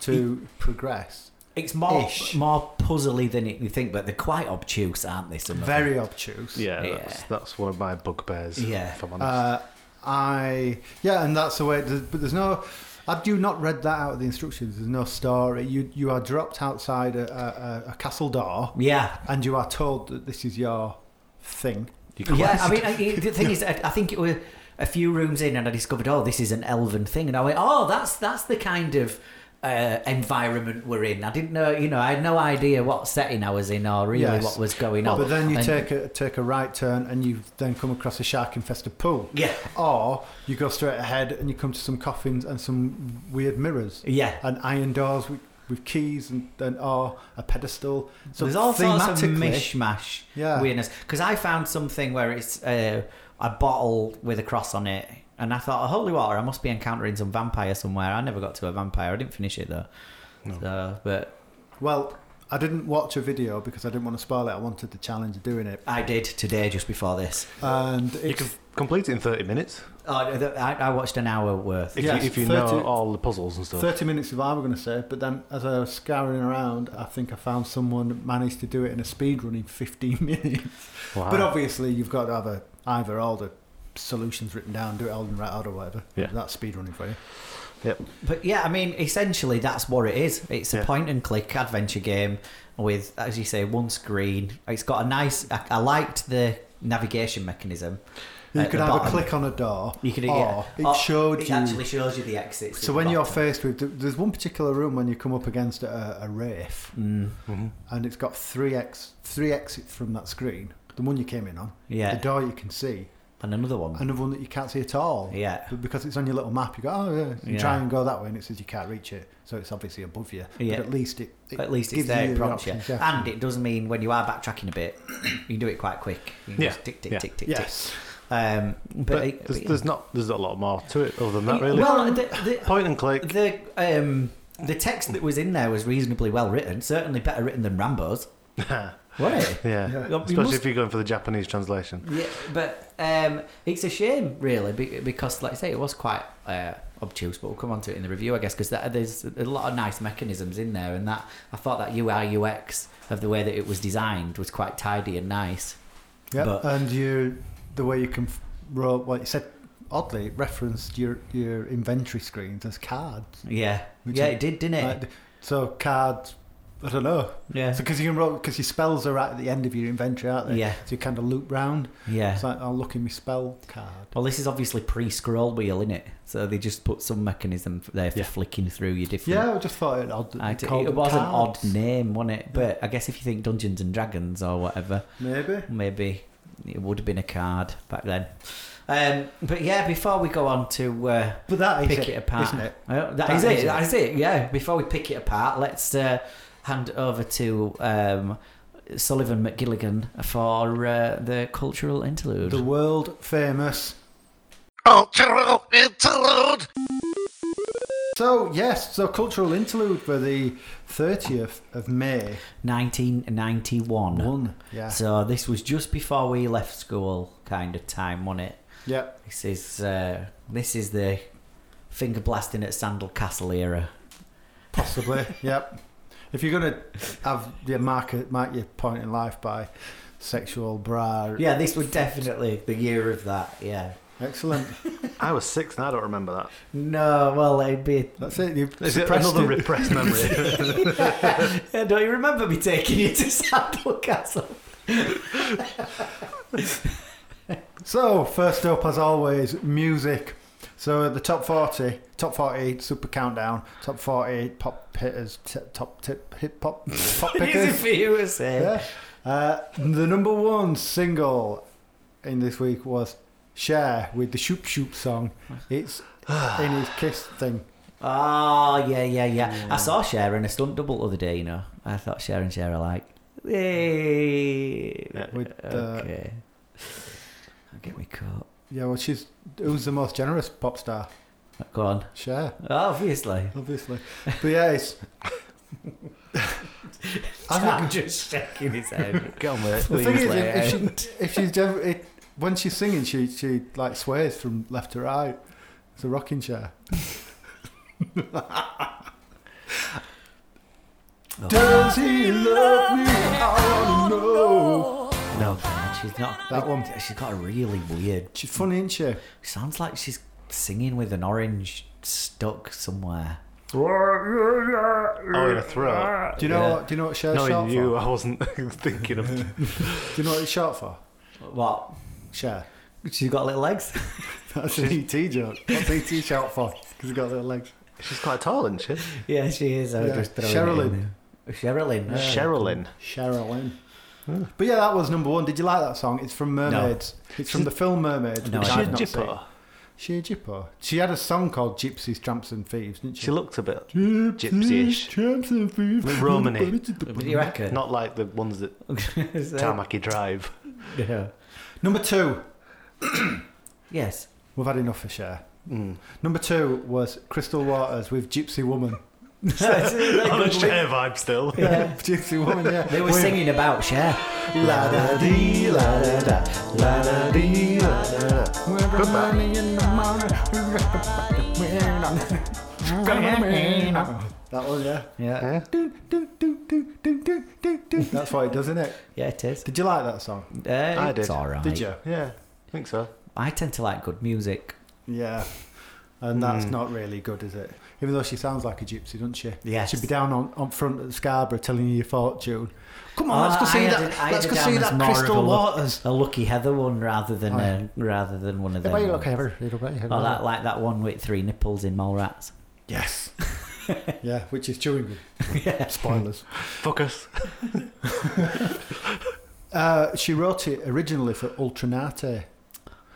S2: to progress.
S1: It's more
S2: ish.
S1: more puzzly than you think, but they're quite obtuse, aren't they? Some of them?
S2: Very obtuse.
S3: Yeah,
S1: Yeah.
S3: That's, that's one of my bugbears.
S1: Yeah.
S3: if I'm honest.
S2: Uh, I yeah, and that's the way. There's, but there's no. Have you not read that out of the instructions? There's no story. You you are dropped outside a, a, a castle door,
S1: Yeah,
S2: and you are told that this is your thing.
S3: You
S1: Yeah,
S3: quest.
S1: I mean, I, the thing is, I, I think it was a few rooms in, and I discovered, oh, this is an elven thing, and I went, oh, that's that's the kind of uh, environment we're in. I didn't know, you know, I had no idea what setting I was in or really
S2: Yes.
S1: what was going on.
S2: But then you
S1: And-
S2: take a take a right turn, and you then come across a shark infested pool.
S1: yeah,
S2: Or you go straight ahead and you come to some coffins and some weird mirrors
S1: yeah.
S2: and iron doors with, with keys and, and or a pedestal. So
S1: There's all sorts of
S2: thematically-
S1: mishmash
S2: Yeah.
S1: weirdness. Because I found something where it's uh, a bottle with a cross on it, and I thought, oh, holy water, I must be encountering some vampire somewhere. I never got to a vampire. I didn't finish it though. So, but
S2: Well, I didn't watch a video because I didn't want to spoil it. I wanted the challenge of doing it.
S1: I did today, just before this.
S2: And
S3: You
S2: it's,
S3: can complete it in 30 minutes
S1: Oh, th- I, I watched an hour worth.
S3: if
S2: Yeah,
S3: you, if you
S2: 30
S3: know all the puzzles and stuff.
S2: 30 minutes is what I was going to say, but then as I was scouring around, I think I found someone that managed to do it in a speed run in 15 minutes.
S3: Wow.
S1: uh,
S2: But obviously, you've got to have a, either all the solutions written down, do it all in red or whatever.
S3: Yeah.
S2: That's speed running for you.
S1: But yeah, I mean, essentially that's what it is. It's a
S3: Yeah.
S1: point and click adventure game with, as you say, one screen. It's got a nice. I, I liked the navigation mechanism.
S2: You
S1: at
S2: could
S1: Uh, the
S2: either
S1: bottom.
S2: click on a door,
S1: You could
S2: or
S1: yeah.
S2: it
S1: Or
S2: showed
S1: It
S2: you.
S1: actually shows you the exits.
S2: so
S1: at
S2: when
S1: the
S2: you're
S1: bottom.
S2: faced with, there's one particular room when you come up against a, a wraith,
S1: Mm,
S3: Mhm.
S2: and it's got three ex three exits from that screen. The one you came in on, the
S1: yeah,
S2: door you can see,
S1: and another one.
S2: another one that you can't see at all.
S1: yeah,
S2: But because it's on your little map, you go, oh yeah, you
S1: Yeah.
S2: try and go that way, and it says you can't reach it, so it's obviously above you.
S1: Yeah.
S2: But at least it, it
S1: at least it's
S2: gives
S1: there.
S2: you
S1: It
S2: the
S1: prompts you,
S2: options, yeah.
S1: and it does mean when you are backtracking a bit, you can do it quite quick. You can
S3: Yeah,
S1: just tick, tick,
S3: yeah.
S1: tick, tick,
S2: yes,
S1: tick. Um, but,
S3: But
S1: it-
S3: there's,
S1: but-
S3: there's not there's not a lot more to it other than that, really.
S1: Well, the, the,
S3: Point and click.
S1: The um, the text that was in there was reasonably well written. Certainly better written than Rambo's,
S3: yeah.
S1: wasn't it?
S2: Yeah.
S1: You
S3: Especially
S1: must-
S3: if you're going for the Japanese translation.
S1: yeah, but um, it's a shame, really, be- because, like I say, it was quite uh, obtuse. But we'll come on to it in the review, I guess, because there's a lot of nice mechanisms in there, and that I thought that UI UX of the way that it was designed was quite tidy and nice.
S2: Yep,
S1: But-
S2: and you the way you can wrote what you said oddly it referenced your your inventory screens as cards.
S1: Yeah,
S2: Which
S1: yeah,
S2: is-
S1: it did, didn't it?
S2: Like, so cards, I don't know,
S1: yeah,
S2: because you can wrote because your spells are right at the end of your inventory, aren't they?
S1: yeah,
S2: So you kind of loop round.
S1: yeah.
S2: It's like I'll look in my spell card.
S1: Well, this is obviously pre-scroll wheel, is it? So they just put some mechanism there for
S3: Yeah.
S1: flicking through your different
S2: Yeah, I just thought it odd. that
S1: I d-
S2: they called
S1: it
S2: them
S1: was an odd
S2: cards.
S1: name, wasn't it? But I guess if you think Dungeons and Dragons or whatever,
S2: Maybe.
S1: maybe it would have been a card back then. Um, but yeah, before we go on to uh,
S2: But that is
S1: pick it,
S2: it,
S1: apart,
S2: isn't it?
S1: Oh, that
S2: That
S1: is, it.
S2: is it.
S1: That is it. Yeah. Before we pick it apart, let's uh, hand over to um, Sullivan McGilligan for uh, the cultural interlude.
S2: The world famous
S4: Cultural interlude.
S2: So yes, so cultural interlude for the thirtieth of May.
S1: 1991.
S2: One. Yeah.
S1: So this was just before we left school, kind of time, wasn't it?
S2: Yep.
S1: This is uh, this is the finger blasting at Sandal Castle era.
S2: Possibly, yep. If you're gonna have your mark mark your point in life by sexual bra,
S1: Yeah, this was definitely the year of that. Yeah.
S2: excellent.
S3: I was six and I don't remember that.
S1: No, well, it'd be.
S2: That's it. You've
S3: Is it
S2: suppressed
S3: another
S2: it.
S3: repressed memory?
S1: Don't you remember me taking you to Sandal Castle?
S2: So first up, as always, music. So the top forty, top forty, super countdown, top forty, pop hitters, t- top tip, hip hop, pop
S1: Easy
S2: pickers.
S1: for you to say.
S2: yeah. Uh, the number one single in this week was "Share" with the Shoop Shoop song. It's in his kiss thing.
S1: Oh, yeah, yeah, yeah, I saw Cher in a stunt double the other day, you know. I thought Cher and Cher alike. Hey.
S3: Yeah.
S2: With, uh,
S1: okay. I'll get me caught.
S2: Yeah, well, she's who's the most generous pop star?
S1: Go on.
S2: Cher,
S1: Obviously.
S2: obviously. But yeah, it's. I think-
S1: I'm just shaking his head.
S3: Come with
S2: the thing is,
S1: Queensland.
S2: if, she, if she's gen- it, when she's singing, she she like sways from left to right. It's a rocking chair. Does he love me? I wanna know.
S1: Oh, No, she's not.
S2: That one.
S1: She's got a really weird.
S2: She's funny, isn't she?
S1: Sounds like she's singing with an orange stuck somewhere.
S3: Oh, in a throat.
S2: Do you know
S1: Yeah.
S2: what? Do you know what Cher's short
S3: Knowing you,
S2: for?
S3: I wasn't thinking of
S2: Do you know what it's short for?
S1: What?
S2: Cher.
S1: She's got little legs.
S2: That's an ET joke. What's ET short for? Because he's got little legs.
S3: She's quite tall, isn't she?
S1: yeah, she is. I was
S2: Yeah.
S1: just throwing
S2: Sherilyn.
S1: It in there. Sherilyn.
S2: Yeah.
S3: Sherilyn.
S2: Sherilyn. But yeah, that was number one. Did you like that song? It's from Mermaids. It's from the film Mermaids.
S1: No,
S2: which
S1: I
S2: I've
S3: She's
S1: did
S2: not
S1: not
S2: seen.
S3: Jipper.
S2: She a gypper. She had a song called Gypsies, Tramps and Thieves, didn't she?
S3: She looked a bit
S2: Gypsies,
S3: Gypsy-ish.
S2: Tramps and Thieves.
S3: Romany.
S1: What do you reckon?
S3: not like the ones that
S1: So-
S3: Tamaki Drive.
S1: Yeah.
S2: Number two.
S1: Yes.
S2: We've had enough for share.
S3: Mm.
S2: Number two was Crystal Waters with Gypsy Woman.
S3: On a chair vibe still.
S2: Yeah, particularly woman, yeah.
S1: They were
S2: With-
S1: singing about Cher.
S2: La da dee, la da da, la da dee, la da da. Good That one, yeah.
S1: Yeah.
S3: Yeah.
S2: Do, do, do, do, do, do, do, do. That's what it does, isn't it?
S1: Yeah, it is.
S2: Did you like that song?
S1: Uh,
S3: I
S1: It's
S3: did.
S1: alright.
S2: Did you?
S3: Yeah, I think so.
S1: I tend to like good music.
S2: Yeah. And that's
S1: Hmm.
S2: not really good, is it? Even though she sounds like a gypsy, doesn't she?
S1: Yes.
S2: She'd be down on, on front at Scarborough telling you your fortune. Come
S1: Oh,
S2: on, let's go
S1: I
S2: see
S1: had
S2: that.
S1: it- I
S2: let's
S1: had
S2: go
S1: it
S2: see
S1: down as
S2: that
S1: more of a
S2: crystal
S1: look-
S2: waters.
S1: A Lucky Heather one rather than
S2: Oh,
S1: a, rather than one of them. ones. Oh, that like that one with three nipples in Mallrats.
S2: Yes. yeah, which is chewing gum.
S1: yeah.
S2: Spoilers.
S3: Focus.
S2: Uh, she wrote it originally for Ultranate,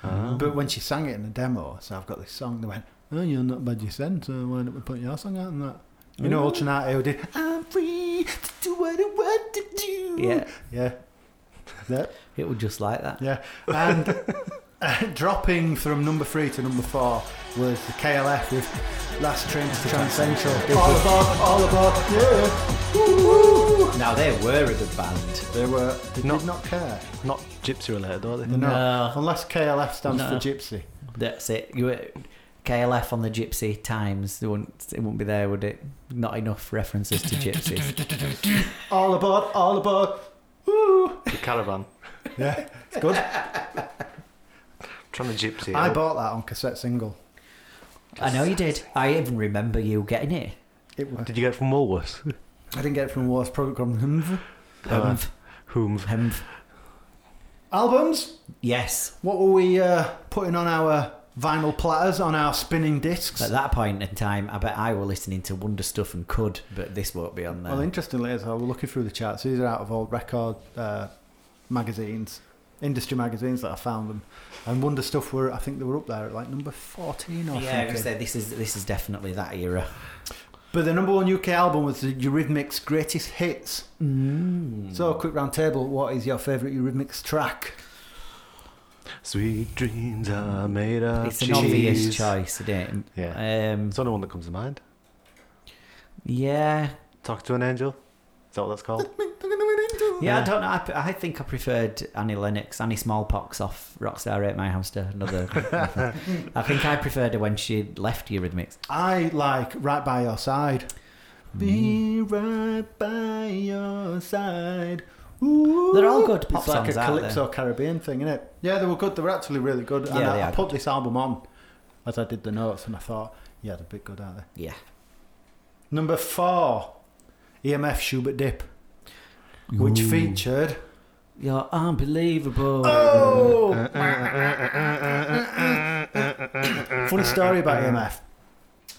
S1: Oh.
S2: but when she sang it in the demo, so I've got this song. They went, "Oh, you're not bad, you sent. So why don't we put your song out and that?" You
S1: Oh.
S2: know, Ultranate who did "I'm free to do what I want to do."
S1: Yeah.
S2: yeah, yeah,
S1: It would just like that.
S2: yeah. And uh, dropping from number three to number four was the KLF with "Last Train to Transcentral." All aboard, all aboard, yeah. Woo-hoo.
S1: Now they were a good band.
S2: They were. They
S3: Not-
S2: did not care.
S3: Not gypsy related, are they?
S2: They're not.
S1: No.
S2: Unless KLF stands
S1: No.
S2: for Gypsy.
S1: That's it. You were, KLF on the Gypsy Times. It wouldn't, it wouldn't be there, would it? Not enough references to gypsies.
S2: All aboard, all aboard. Woo!
S3: The caravan.
S2: Yeah, it's good.
S3: Trying to gypsy.
S2: I
S3: it.
S2: bought that on cassette single.
S1: I know you did. I even remember you getting it.
S2: It was,
S3: Did you get it from Woolworths?
S2: I didn't get it from Wars Product Company.
S3: Uh, Whom?
S1: Hemv.
S2: Albums.
S1: Um, Yes.
S2: What were we uh, putting on our vinyl platters, on our spinning discs?
S1: At that point in time, I bet I were listening to Wonder Stuff and Could, but this won't be on there.
S2: Well, interestingly, as I was looking through the charts, these are out of old record uh, magazines, industry magazines that I found them. And Wonder Stuff were, I think they were up there at like number 14 or
S1: yeah, I was
S2: something.
S1: gonna say this is this is definitely that era.
S2: But the number one UK album was the Eurythmics' greatest hits.
S1: Mm.
S2: So, quick round table. What is your favourite Eurythmics track?
S3: Sweet dreams are made of
S1: it's an
S3: cheese.
S1: obvious choice, isn't it? Yeah. Um,
S3: It's the only one that comes to mind.
S1: yeah.
S3: Talk to an angel. Is that what that's called?
S1: Yeah, I don't know. I, p- I think I preferred Annie Lennox, Annie Smallpox off Rockstar Ate My Hamster. Another. I think I preferred her when she left Eurythmics.
S2: I like Right By Your Side. Be right by your side. Ooh.
S1: They're all good pop
S2: It's like
S1: songs,
S2: a
S1: aren't they?
S2: Calypso Caribbean thing, isn't it? Yeah, they were good. They were actually really good. and
S1: Yeah,
S2: I,
S1: they
S2: I
S1: are
S2: put this album on as I did the notes and I thought, yeah, they're a bit good, aren't they?
S1: Yeah.
S2: Number four, EMF Schubert Dip, which featured.
S1: You're unbelievable.
S2: Oh! oh! Funny story about EMF.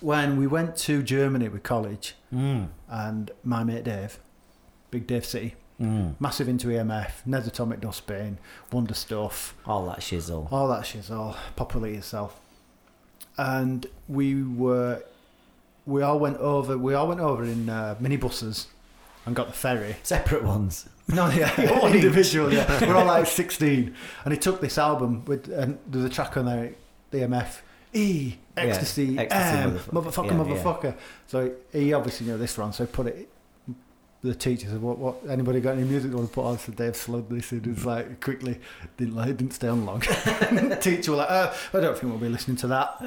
S2: When we went to Germany with college,
S1: Mm.
S2: and my mate Dave, Big Dave City,
S1: Mm.
S2: massive into E EMF, Nesatomic Dustbin, Wonder Stuff,
S1: All that shizzle.
S2: all that shit's all populate yourself. And we were, we all went over, we all went over in uh, minibuses and got the ferry.
S1: Separate ones.
S2: No, yeah,
S1: One each.
S2: individual. Yeah, we're all like sixteen, and he took this album with and there's a track on there, the MF E ecstasy,
S1: Yeah, ecstasy,
S2: M
S1: motherfucker.
S2: motherfucker,
S1: Yeah, yeah.
S2: motherfucker. So he obviously knew this one, so he put it. The teacher said, "What? What? Anybody got any music they want to put on?" So Dave slowed this in. It's like quickly didn't like didn't stay on long. teacher was like, uh, "I don't think we'll be listening to that."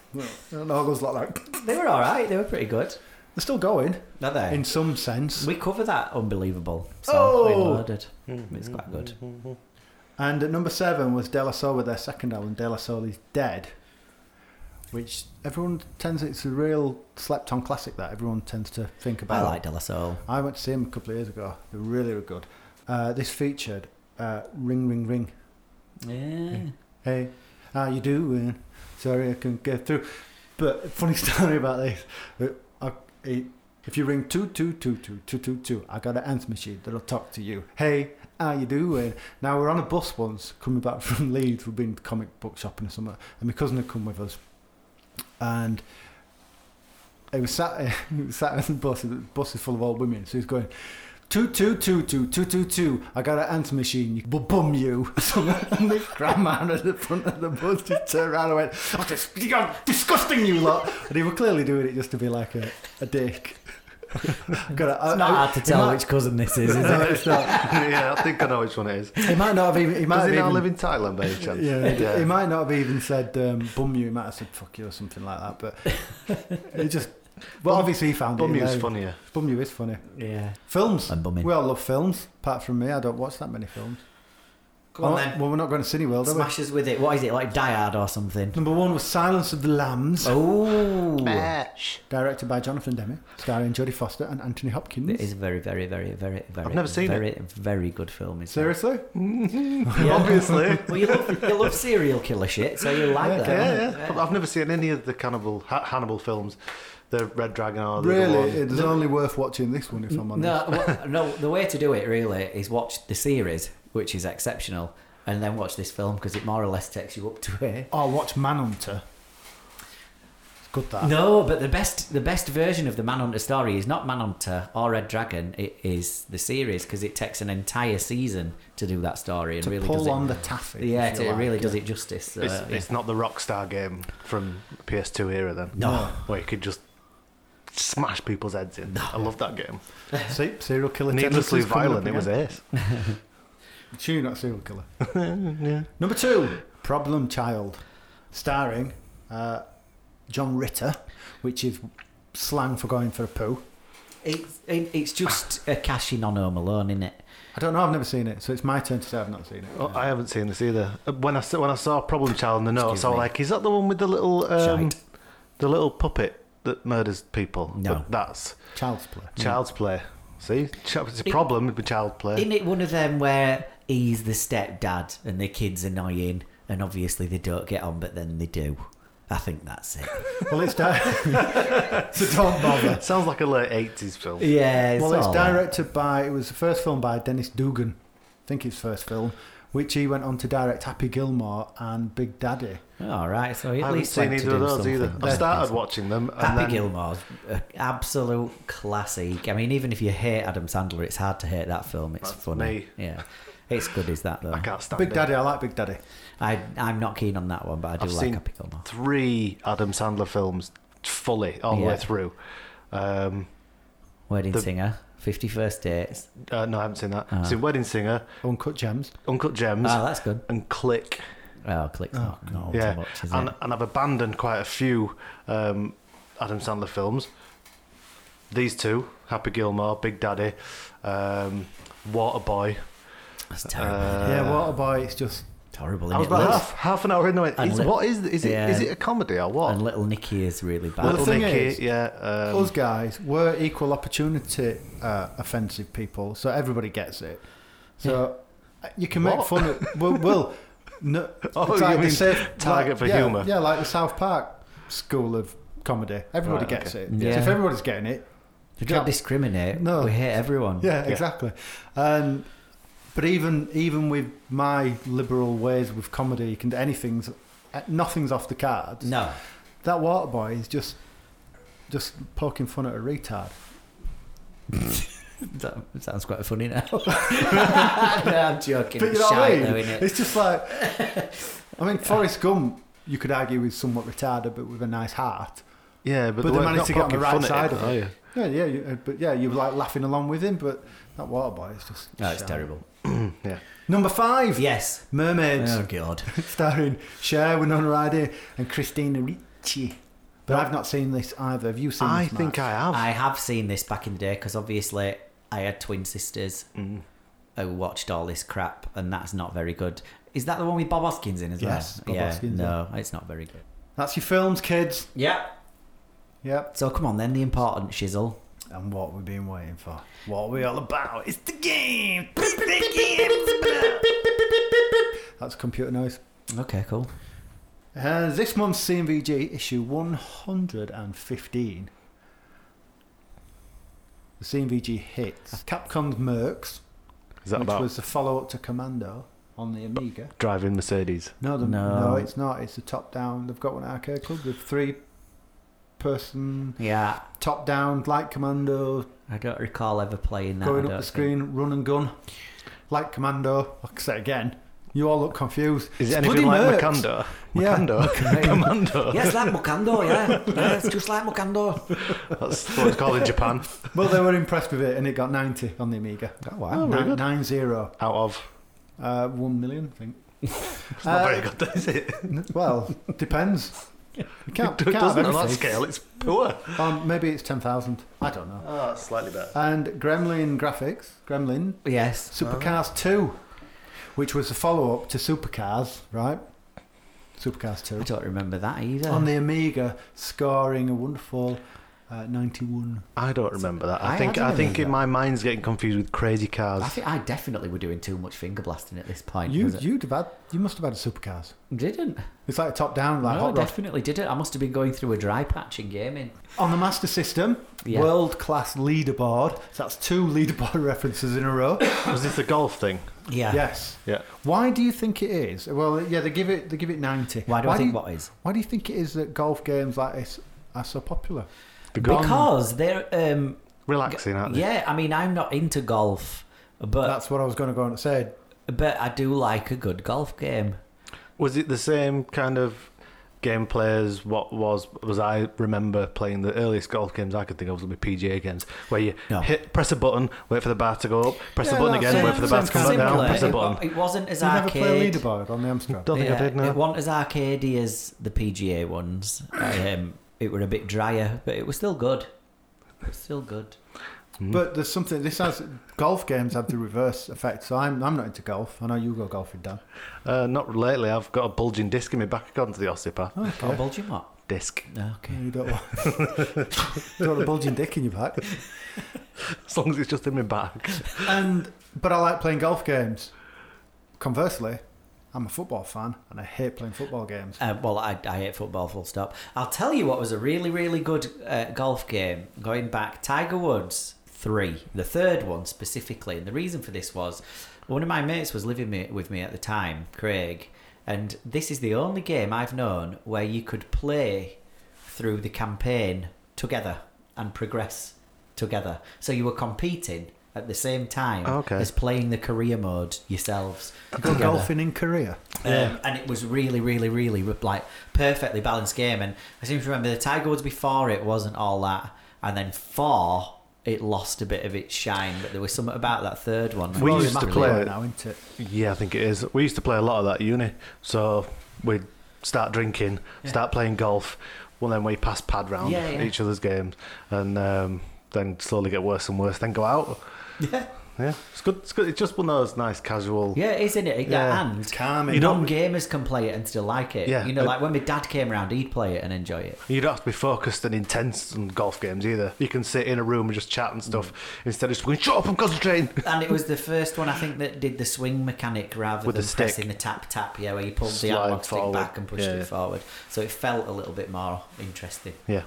S2: well, and I was like, that.
S1: They were all right. They were pretty good.
S2: "They're still going
S1: Are they?
S2: in some sense."
S1: we cover that unbelievable. So we
S2: Oh!
S1: loaded. It's quite good.
S2: And at number seven was De La Soul with their second album, De La Soul is Dead, which everyone tends, it's a real slept on classic that everyone tends to think
S1: I
S2: about.
S1: like De La Soul.
S2: I went to see them a couple of years ago. They were really, really good. Uh, this featured uh, Ring, Ring, Ring.
S1: Yeah.
S2: Hey, how you doing? Sorry I couldn't get through. But funny story about this. But I, it, if you ring two two two two two two two, I got an answer machine that'll talk to you. Hey, how you doing? Now we we're on a bus once coming back from Leeds. We've been comic book shopping or something, and my cousin had come with us, and. He was sat, he was sat in the bus. The bus is full of old women, so he's going. two two two two two two two. I got an answer machine. You bum you. So this grandman at the front of the bus just turned around and went, "Oh, this, you're disgusting, you lot!" And he was clearly doing it just to be like a, a dick. got a,
S1: It's not hard to tell which cousin this is, is it?
S3: yeah, I think I know which one it is.
S2: He might not have even. He might
S3: Does
S2: have
S3: he now
S2: even-
S3: live in Thailand by any chance?
S2: Yeah, he- he might not have even said um, "bum you." He might have said "fuck you" or something like that. But it just. Well, obviously he found
S3: Bum
S2: it.
S3: you's
S2: hilarious.
S3: funnier.
S2: Bum you is funny.
S1: Yeah.
S2: Films.
S1: I'm bumming.
S2: We all love films. Apart from me, I don't watch that many films.
S1: Come on
S2: Oh,
S1: then.
S2: Well, we're not going to Cineworld, are we?
S1: Smashes with it. What is it like? Diard or something?
S2: Number one was Silence of the Lambs,
S1: Oh.
S2: directed by Jonathan Demme, starring Jodie Foster and Anthony Hopkins.
S1: It is a very, very, very, very, very.
S3: never seen
S1: very, it. Very good film. Is
S2: Seriously?
S3: Obviously.
S1: Well, you love you love serial killer shit, so you like that.
S3: Yeah, yeah. I've- I've never seen any of the cannibal ha- Hannibal films, the Red Dragon or the other
S2: Really?
S3: one.
S2: It's only worth watching this one if I'm honest.
S1: No, well, no. The way to do it really is watch the series, which is exceptional, and then watch this film because it more or less takes you up to it.
S2: Oh, watch Manhunter. It's good that.
S1: No, but the best the best version of the Manhunter story is not Manhunter or Red Dragon. It is the series because it takes an entire season to do that story and
S2: to
S1: really does
S2: pull
S1: it.
S2: on the taffy.
S1: yeah,
S2: if
S1: it,
S2: you
S1: it
S2: like,
S1: really does
S2: yeah.
S1: it justice. So,
S3: It's,
S1: Uh, yeah.
S3: it's not the Rockstar game from PS2 era then.
S1: No.
S3: Where you could just smash people's heads in. I love that game.
S2: Se- serial killer.
S3: Needlessly
S2: tendencies coming
S3: violent,
S2: up
S3: it was
S2: again.
S3: ace.
S2: Sure, you're not a serial killer.
S3: yeah.
S2: Number two, Problem Child, starring uh, John Ritter, which is slang for going for a poo.
S1: It's, it, it's just a cash in on Home Alone, isn't it?
S2: I don't know. I've never seen it, so it's my turn to say I've not seen it.
S3: Oh, I haven't seen this either. Uh, When I saw, when I saw Problem Child in the notes,
S1: Excuse
S3: I was
S1: me.
S3: like, "Is that the one with the little um,
S1: Shite.
S3: the little puppet that murders people?"
S1: No. Mm.
S3: But that's
S2: Child's Play.
S3: Child's Play. See, Ch- it's a problem with Child Play.
S1: Isn't it one of them where he's the stepdad and the kids annoying, and obviously they don't get on, but then they do. I think that's it.
S2: Well, it's di- so don't bother.
S3: It sounds like a late '80s film.
S1: yeah.
S2: well, it's
S1: all that.
S2: directed by. It was the first film by Dennis Dugan, I think his first film, which he went on to direct Happy Gilmore and Big Daddy.
S1: All right. So he at
S3: I haven't
S1: least
S3: seen
S1: went to
S3: either of
S1: do
S3: those either.
S1: something.
S3: I've started watching them. And
S1: Happy
S3: then,
S1: Gilmore's an absolute classic. I mean, even if you hate Adam Sandler, it's hard to hate that film. It's
S3: That's
S1: funny.
S3: me.
S1: Yeah, it's good. Is that though?
S3: I can't stand
S2: Big
S3: it.
S2: Daddy, I like Big Daddy.
S1: I I'm not keen on that one, but I do
S3: I've
S1: like
S3: seen
S1: Happy Gilmore.
S3: three Adam Sandler films fully all the
S1: Yeah.
S3: way through. Um,
S1: Wedding
S3: the-
S1: Singer, Fifty First Dates.
S3: uh, no, I haven't seen that.
S1: Ah.
S3: I've seen Wedding Singer,
S2: Uncut Gems.
S3: Uncut Gems,
S1: Oh, that's good.
S3: and Click.
S1: Oh, clicks.
S2: Oh,
S1: not, not
S3: yeah,
S1: too much, is
S3: and,
S1: it?
S3: and I've abandoned quite a few um, Adam Sandler films. These two, Happy Gilmore, Big Daddy, um, Waterboy.
S1: That's terrible.
S3: Uh,
S2: yeah, Waterboy. It's just
S1: terrible.
S3: I
S1: innit?
S3: was about
S1: Little-
S3: half, half an hour in. I went,
S1: And
S3: is,
S1: li-
S3: what is is it?
S1: yeah.
S3: Is it a comedy or what?
S1: And Little Nicky is really bad.
S2: Well, the
S3: Little
S2: thing
S3: Nicky,
S2: is,
S3: yeah. Um,
S2: Us guys, we're equal opportunity uh, offensive people, so everybody gets it. So uh, you can make
S3: What?
S2: fun of. Well, well no,
S3: Oh,
S2: it's
S3: you
S2: they
S3: mean
S2: say-
S3: target
S2: like-
S3: for
S2: yeah,
S3: humour.
S2: Yeah, like the South Park school of comedy. Everybody
S3: Right,
S2: gets it.
S1: Yeah.
S2: So if everybody's getting it,
S1: we don't discriminate.
S2: No.
S1: we hate everyone.
S2: yeah,
S3: Yeah.
S2: exactly. Um, but even even with my liberal ways with comedy, you can do anything's uh, nothing's off the cards.
S1: No,
S2: That water boy is just just poking fun at a retard.
S1: that sounds quite funny now. no, I'm joking.
S2: But you
S1: it's
S2: know what I
S1: shite
S2: mean?
S1: though, innit?
S2: It's just like, I mean, Forrest Gump, you could argue is somewhat retarded, but with a nice heart.
S3: yeah, but,
S2: but they
S3: weren't-
S2: managed
S3: not Oh,
S2: to get on the
S3: poking
S2: right
S3: fun at
S2: side
S3: him,
S2: of it.
S3: are you?
S2: Yeah, yeah, you, uh, but yeah, you were like laughing along with him, but that water boy is just.
S1: No, it's
S2: shite.
S1: terrible.
S3: Yeah.
S2: Number five,
S1: Yes.
S2: Mermaids,
S1: Oh god.
S2: starring Cher, Winona Ryder, and Christina Ricci. But I've not seen this either. Have you seen?
S3: I
S2: this,
S3: think
S2: Mark?
S3: I have.
S1: I have seen this back in the day because obviously I had twin sisters
S3: Mm.
S1: who watched all this crap, and that's not very good. Is that the one with Bob Hoskins in as
S2: Yes,
S1: well?
S2: Bob
S1: yeah.
S2: Hoskins,
S1: no, it's not very good.
S2: That's your films, kids.
S1: Yeah.
S2: Yep.
S1: So come on then, the important shizzle.
S2: And what we've been waiting for. What are we all about? It's the game. That's computer noise.
S1: Okay, cool.
S2: Uh, this month's CMVG issue 115. The CMVG hits Capcom's Mercs,
S3: Ah. Is that
S2: which
S3: about
S2: was the follow up to Commando on the Amiga.
S3: driving Mercedes?
S2: No, the,
S1: No.
S2: no. it's not. It's the top down. They've got one at Arcade Club with three person,
S1: Yeah,
S2: top down, light commando,
S1: I don't recall ever playing that. I
S2: going
S1: don't
S2: up the
S1: think.
S2: screen, run and gun, light commando. Like I said again, you all look confused.
S3: Is
S2: It's
S3: it anything
S2: bloody
S3: like
S2: nerds.
S3: Macando?
S2: Yeah.
S3: Macando? Commando?
S1: Yes, like Mukando, yeah. yeah. It's just like Mukando.
S3: That's what it's called in Japan.
S2: Well, they were impressed with it, and it got 90 on the Amiga.
S1: Oh,
S3: Oh, really
S2: Nine,
S3: good.
S2: nine zero,
S3: Out of.
S2: uh, one million, I think.
S3: It's not
S2: Uh,
S3: very good, is it?
S2: Well, depends. You can't,
S3: It
S2: can't have
S3: doesn't on that
S2: everything.
S3: scale. It's poor.
S2: Um, maybe it's 10,000. I don't know.
S3: Oh, that's slightly better.
S2: And Gremlin Graphics, Gremlin,
S1: Yes. Oh.
S2: Supercars 2, which was the follow up to Supercars, right? Supercars
S1: I
S2: 2.
S1: don't remember that either.
S2: On the Amiga, scoring a wonderful uh, 91.
S3: I don't remember that. I,
S1: I
S3: think
S1: had an
S3: I think
S1: Amiga.
S3: in my mind's getting confused with Crazy Cars.
S1: I think I definitely were doing too much finger blasting at this point.
S2: You,
S1: 'cause I
S2: you'd have had, you must have had a Supercars.
S1: didn't.
S2: It's like a top down, like
S1: no, I
S2: Hot Rod.
S1: definitely didn't. I must have been going through a dry patch in gaming.
S2: On the Master System,
S1: Yeah.
S2: world class leaderboard. So that's two leaderboard references in a row.
S3: Was this the golf thing?
S1: Yeah.
S2: yes.
S3: Yeah.
S2: Why do you think it is? Well, yeah, they give it they give it ninety.
S1: Why do I think
S2: you,
S1: what is?
S2: Why do you think it is that golf games like this are so popular?
S3: The golf.
S1: Because they're. Um,
S3: Relaxing, aren't they?
S1: yeah, I mean, I'm not into golf, but
S2: That's what I was going to go on and say.
S1: but I do like a good golf game.
S3: Was it the same kind of gameplay as what was was I remember playing the earliest golf games I could think of was gonna be PGA games where you
S1: No.
S3: hit press a button, wait for the bar to go up, press
S2: Yeah,
S3: the button
S2: that's
S3: again,
S2: it.
S3: wait for the bar to
S2: Same
S3: come back down,
S1: Simpler.
S3: press the
S1: It wa-
S3: button.
S1: It wasn't as
S2: You never play
S1: arcade.
S2: leaderboard on the Amstrad.
S3: Don't think I did, no.
S1: It wasn't as arcadey as the PGA ones. um, it were a bit drier, but it was still good. It was still good.
S3: Hmm.
S2: But there's something. This has golf games have the reverse effect. So I'm I'm not into golf. I know you go golfing, Dan.
S3: Uh, not lately, I've got a bulging disc in my back according to the osteopath.
S1: Oh, bulging what?
S3: Disc.
S1: Okay.
S2: You don't want, don't want a bulging dick in your back.
S3: As long as it's just in my back.
S2: And but I like playing golf games. Conversely, I'm a football fan and I hate playing football games.
S1: Uh, well, I, I hate football, full stop. I'll tell you what was a really, really good uh, golf game going back Tiger Woods 3, the third one specifically. And the reason for this was one of my mates was living me, with me at the time, Craig. And this is the only game I've known where you could play through the campaign together and progress together. So you were competing at the same time
S3: Okay.
S1: as playing the career mode yourselves.
S2: Go
S1: together.
S2: golfing in Korea.
S1: Um, and it was really, really, really like perfectly balanced game. And I seem to remember the Tiger Woods before it wasn't all that, and then four it lost a bit of its shine. But there was something about that third one.
S3: We
S2: Well,
S3: used
S2: it's
S3: to
S2: mapped
S3: play-
S2: right now, isn't it?
S3: Yeah, I think it is. We used to play a lot of that at uni, so we'd start drinking,
S1: Yeah.
S3: start playing golf. Well, then we pass pad round
S1: Yeah, yeah.
S3: each other's games, and um, then slowly get worse and worse. Then go out.
S1: yeah,
S3: Yeah, it's good. It's good. It's just one of those nice casual.
S1: yeah, it is, isn't it? Yeah,
S3: Yeah.
S1: and
S2: calming.
S3: You don't-
S1: non-gamers can play it and still like it.
S3: Yeah,
S1: you know,
S3: but-
S1: like when my dad came around, he'd play it and enjoy it.
S3: You don't have to be focused and intense on golf games either. You can sit in a room and just chat and stuff
S1: Mm.
S3: instead of just going, "Shut up, I'm concentrating."
S1: And it was the first one I think that did the swing mechanic rather
S3: With the
S1: than
S3: stick.
S1: pressing the tap tap. Yeah, where you pulled the
S3: Slide
S1: analog stick
S3: forward.
S1: back and pushed
S3: Yeah,
S1: it
S3: yeah.
S1: forward. So it felt a little bit more interesting.
S3: Yeah,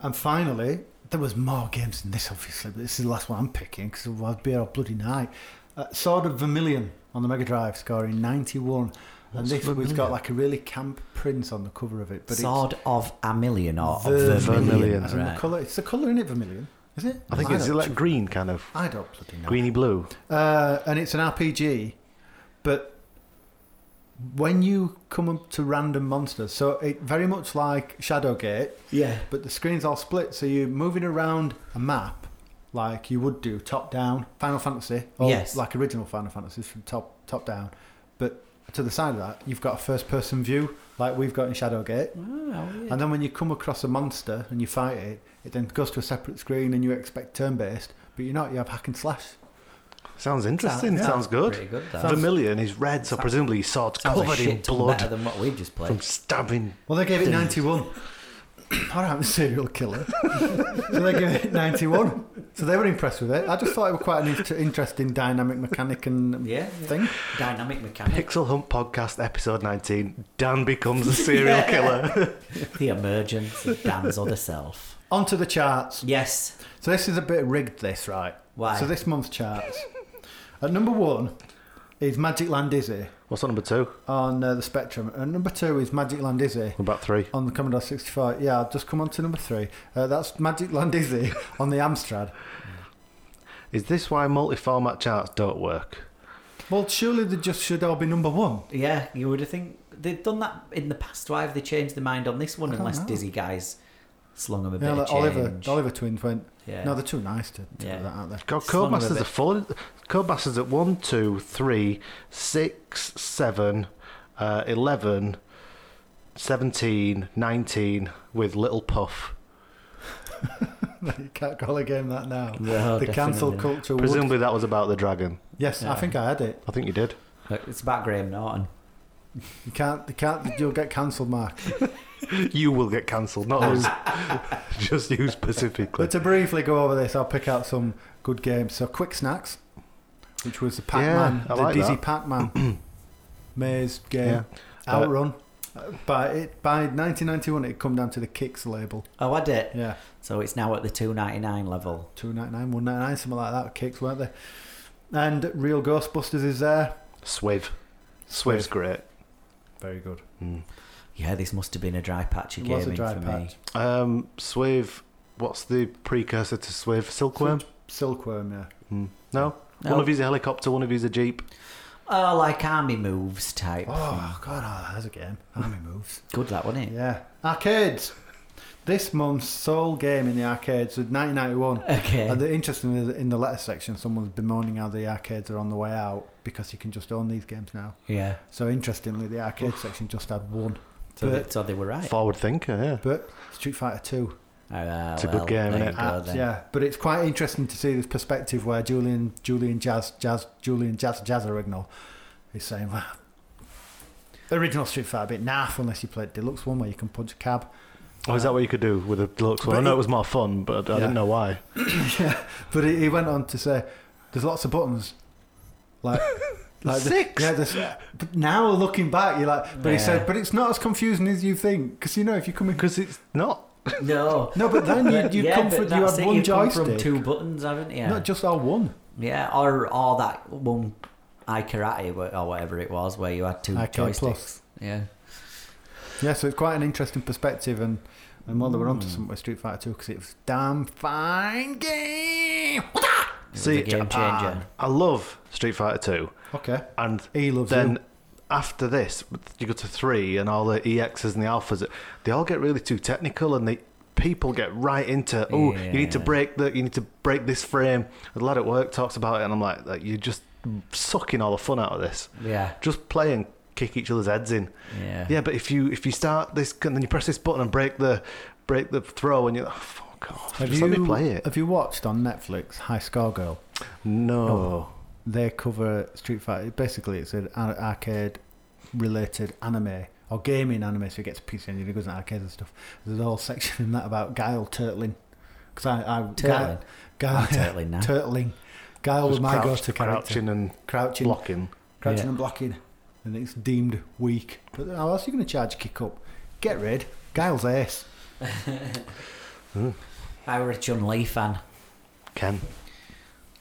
S2: And finally, there was more games than this, obviously, but this is the last one I'm picking because otherwise I'd be here all bloody night. Uh, Sword of Vermilion on the Mega Drive, scoring 91. and
S3: What's
S2: this one's
S3: Vermilion?
S2: got like a really camp print on the cover of it, but
S1: Sword of a million or
S2: it's
S1: of the
S3: Vermilion,
S1: million,
S2: as in the
S1: right.
S2: colour. It's the colour in it, Vermilion, is it?
S3: I think it's
S2: don't-
S3: like green kind of
S2: I don't bloody know.
S3: greeny blue.
S2: Uh, and it's an RPG, but when you come up to random monsters, so it very much like Shadowgate,
S1: Yeah.
S2: but the screen's all split, so you're moving around a map like you would do top down Final Fantasy, or
S1: Yes.
S2: like original Final Fantasies from top top down. But to the side of that, you've got a first person view like we've got in Shadowgate. And then when you come across a monster and you fight it, it then goes to a separate screen and you expect turn based, but you're not. You have hack and slash.
S3: Sounds interesting.
S2: yeah.
S3: Sounds good.
S1: Pretty good. That.
S3: Vermilion is red, so presumably his sword's
S1: Sounds a
S3: covered in
S1: shit ton
S3: blood
S1: better than what we've just played.
S3: from stabbing
S2: Well, they gave it 91. All right, I'm a serial killer. so they gave it 91. So they were impressed with it. I just thought it was quite an inter- interesting dynamic mechanic and
S1: Yeah, yeah.
S2: thing.
S1: Dynamic mechanic.
S3: Pixel Hunt Podcast, episode 19. Dan becomes a serial killer.
S1: the emergence of Dan's other self.
S2: Onto the charts.
S1: Yes.
S2: So this is a bit rigged, this, right?
S1: Why?
S2: So this month's charts. At number one, is Magic Land Izzy
S3: What's on number two?
S2: on uh, the Spectrum, and number two is Magic Land Izzy
S3: What about three?
S2: on the Commodore 64. Yeah, I'll just come on to number three. Uh, that's Magic Land Izzy on the Amstrad.
S3: Is this why multi-format charts don't work?
S2: Well, surely they just should all be number one.
S1: Yeah, you would have think they've done that in the past. Why have they changed their mind on this one?
S2: I don't
S1: Unless
S2: know.
S1: Dizzy guys slung them a bit
S2: Yeah,
S1: of
S2: like Oliver,
S1: change.
S2: the Oliver twins went.
S1: Yeah.
S2: No, they're too nice to, to
S1: Yeah.
S2: do that, aren't they?
S3: God,
S1: Slung 'em a
S3: Codemasters
S1: bit.
S3: are full. Codemasters at one, two, three, six, seven, uh, 11, 17, 19, with Little Puff.
S2: you can't call a game that now.
S1: No,
S2: the cancel
S1: Oh, definitely.
S2: culture. Would,
S3: Presumably that was about the dragon.
S2: yes,
S1: Yeah.
S2: I think I had it.
S3: I think you did.
S1: Look, It's about Graham Norton.
S2: You can't. You can't. You'll get cancelled, Mark.
S3: You will get cancelled, not us. Just you specifically.
S2: But to briefly go over this, I'll pick out some good games. So, Quick Snacks, which was the Pac Man,
S3: Yeah, I
S2: the
S3: like
S2: Dizzy
S3: that.
S2: Pac Man maze game,
S3: Yeah.
S2: Outrun. Uh, by it by 1991, it had come down to the Kicks label.
S1: Oh, I did.
S2: Yeah,
S1: So it's now at the two ninety nine level.
S2: 299, 199, something like that. Kicks weren't they? And Real Ghostbusters is there.
S3: uh, Swiv. Swiv's great.
S2: Very good.
S3: Mm.
S1: Yeah, this must have been a dry patch of
S2: It was a
S1: gaming
S2: dry
S1: for me.
S2: patch.
S3: Um, Swiv, what's the precursor to Swiv? Silkworm?
S2: Silkworm, yeah.
S3: Mm. No?
S1: No.
S3: One of you's a helicopter, one of you's a jeep.
S1: Oh, like army moves type.
S2: Oh god, oh, that's a game. Army moves.
S1: Good that wasn't it?
S2: Yeah, arcades. This month's sole game in the arcades was 1991.
S1: Okay.
S2: And the, interestingly, in the letter section, someone's bemoaning how the arcades are on the way out because you can just own these games now.
S1: yeah.
S2: So interestingly, the arcade section just had one.
S1: So,
S2: but,
S1: they, so they were right.
S3: Forward thinker, yeah.
S2: but Street Fighter Two,
S1: Ah,
S3: It's a good
S1: well,
S3: game,
S1: there
S3: innit?
S1: you go
S2: uh,
S1: then.
S2: yeah. But it's quite interesting to see this perspective where Julian, Julian Jazz, Jazz, Julian Jazz, Jazz Original is saying, "Well, the original Street Fighter bit naff unless you played Deluxe one where you can punch a cab."
S3: Oh, is that what you could do with a deluxe one? I
S2: But
S3: know
S2: it-
S3: it was more fun, but I
S2: Yeah.
S3: didn't know why.
S2: yeah, but he, he went on to say, "There's lots of buttons, like." Like the-
S3: Six.
S2: yeah, there's, but now looking back, you're like, but he
S1: Yeah.
S2: said, but it's not as confusing as you think, because you know if you come in,
S3: Because it's not.
S1: No.
S2: no, but then
S1: But
S2: you, you
S1: yeah,
S2: come
S1: but
S2: from, you
S1: that's
S2: had
S1: it,
S2: one
S1: you've come from
S2: joystick,
S1: two buttons, haven't you?
S2: not just all one.
S1: Yeah, or or that one I karate wh- or whatever it was where you had two
S2: Arcade
S1: joysticks.
S2: Plus.
S1: Yeah.
S2: Yeah, so it's quite an interesting perspective, and and well, they were onto
S3: Hmm.
S1: Mm.
S2: something with Street Fighter 2 because it was a damn fine game.
S1: It was
S3: See,
S1: a game changer.
S3: I love Street Fighter 2.
S2: Okay,
S3: And
S2: he loves
S3: then
S2: you.
S3: after this, you go to 3 and all the EXs and the alphas, they all get really too technical and the people get right into, oh, you need to
S1: Yeah.
S3: break the, you need to break this frame. The lad at work talks about it and I'm like, like you're just sucking all the fun out of this.
S1: Yeah.
S3: Just play and kick each other's heads in.
S1: Yeah.
S3: Yeah, but if you if you start this and then you press this button and break the break the throw and you're like, oh, fuck off.
S2: Have
S3: just
S2: you
S3: let me play it.
S2: Have you watched on Netflix High Score Girl?
S3: No.
S2: Oh, they cover Street Fighter. Basically, it's an ar- arcade-related anime or gaming anime. So he gets a PC and he goes to arcades and stuff. There's a whole section in that about Guile turtling. Because I, I
S1: Turtling.
S2: Guile,
S1: I'm
S2: Guile,
S1: turtling now.
S2: turtling. Guile was
S3: Just
S2: my
S3: crouch-
S2: go-to character.
S3: Crouching and
S2: Crouching,
S3: blocking.
S2: crouching
S1: Yeah.
S2: and blocking, and it's deemed weak. But how else are you going to charge kick up? Get rid. Guile's ace.
S1: I were a Chun Li fan.
S3: Ken.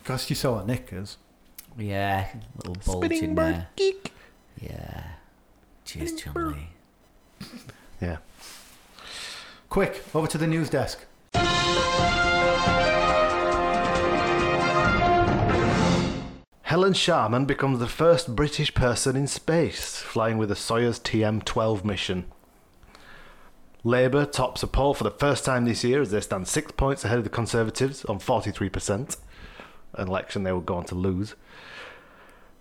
S2: Because you saw her knickers.
S1: Yeah. Little bulge in
S3: bird
S1: there.
S3: geek.
S1: Yeah. Cheers, Chun Li.
S3: Yeah.
S2: Quick, over to the news desk.
S3: Helen Sharman becomes the first British person in space, flying with a Soyuz TM-12 mission. Labour tops a poll for the first time this year as they stand six points ahead of the Conservatives on 43%, an election they will go on to lose.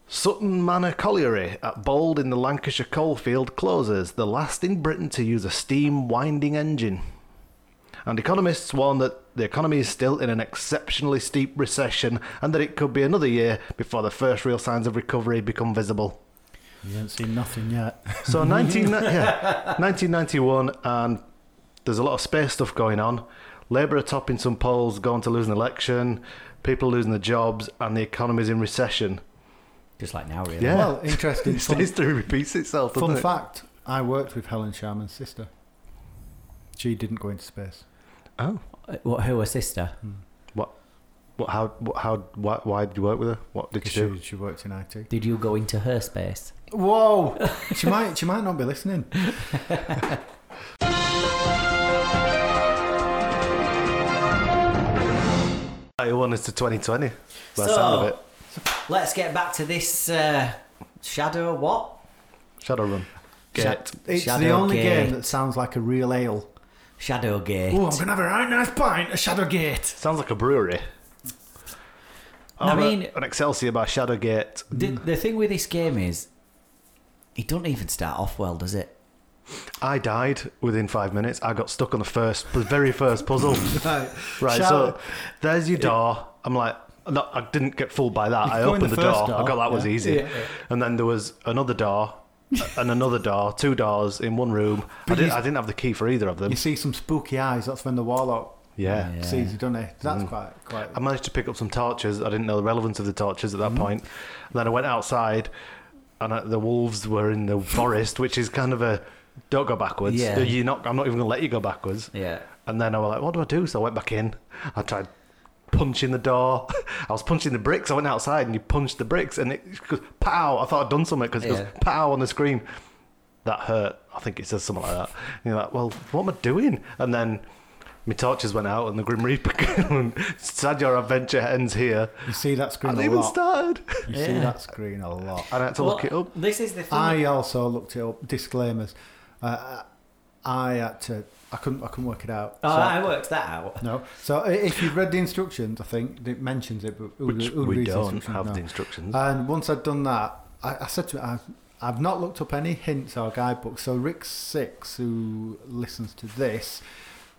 S3: Sutton Manor Colliery at Bold in the Lancashire coalfield closes, the last in Britain to use a steam winding engine. And economists warn that the economy is still in an exceptionally steep recession and that it could be another year before the first real signs of recovery become visible.
S2: You haven't seen nothing yet.
S3: So 19, yeah, 1991, and there's a lot of space stuff going on. Labour are topping some polls, going to lose an election, people losing their jobs, and the economy's in recession.
S1: Just like now, really.
S3: Yeah.
S2: Well, interesting.
S3: It's-
S2: fun
S3: History repeats itself, doesn't
S2: Fun
S3: it?
S2: fact: I worked with Helen Sharman's sister. She didn't go into space.
S3: Oh,
S1: Uh, What, who, her sister?
S3: What? What? How? What, how? Why, why did you work with her? What did
S2: 'Cause
S3: you do?
S2: she, she worked in IT.
S1: Did you go into her space?
S2: Whoa! she might she might not be listening.
S3: I won us to 2020. By the
S1: So-
S3: sound of it,
S1: Let's get back to this uh, shadow. What?
S3: Shadowrun. Get.
S2: It's the
S1: Shadow
S2: only
S1: Gate.
S2: game that sounds like a real ale.
S1: Shadow Gate.
S2: Oh, I'm gonna have a right nice pint of Shadowgate.
S3: Sounds like a brewery.
S1: I
S3: Or a-
S1: mean-
S3: an Excelsior by Shadowgate.
S1: The, the thing with this game is, it doesn't even start off well, does it?
S3: I died within five minutes. I got stuck on the first, the very first puzzle.
S2: Right,
S3: Right,
S2: Shadow-
S3: so there's your door. I'm like, no, I didn't get fooled by that.
S2: You
S3: I
S2: go in
S3: opened the,
S2: the
S3: door.
S2: first
S3: I
S2: door.
S3: got that was
S2: Yeah.
S3: easy.
S2: Yeah, yeah.
S3: And then there was another door and another door, two doors in one room. I
S2: But
S3: didn't,
S2: you-
S3: I didn't have the key for either of them.
S2: you see some spooky eyes. That's when the warlock
S3: yeah. Mm.
S1: Yeah.
S2: sees you, doesn't he? That's quite quite.
S3: I managed to pick up some torches. I didn't know the relevance of the torches at that
S1: Mm-hmm.
S3: point. Then I went outside, and uh the wolves were in the forest, which is kind of a don't go backwards.
S1: Yeah.
S3: You're not. I'm not even gonna let you go backwards.
S1: Yeah.
S3: And then I was like, what do I do? So I went back in. I tried punching the door. I was punching the bricks. I went outside and you punched the bricks and it goes, pow. I thought I'd done something because it goes,
S1: Yeah.
S3: pow on the screen. That hurt. I think it says something like that. And you're like, well, what am I doing? And then my torches went out and the Grim Reaper came. and Sad your adventure ends here.
S2: you see that
S3: I
S2: screen
S3: hadn't
S2: a
S3: even
S2: lot.
S3: started.
S2: You see
S1: Yeah.
S2: that screen a lot.
S3: And I had to look it up.
S1: This is the thing.
S2: I also looked it up. Disclaimers. Uh, I had to. I couldn't. I couldn't work it out.
S1: oh,
S2: So-
S1: I worked that out.
S2: no. So i- if you've read the instructions, I think it mentions it, but who,
S3: Which
S2: who
S3: we
S2: reads the
S3: don't
S2: instructions?
S3: have
S2: No.
S3: the instructions.
S2: And once I'd done that, I, I said to him, I've, I've not looked up any hints or guidebooks. So Rick Six, who listens to this,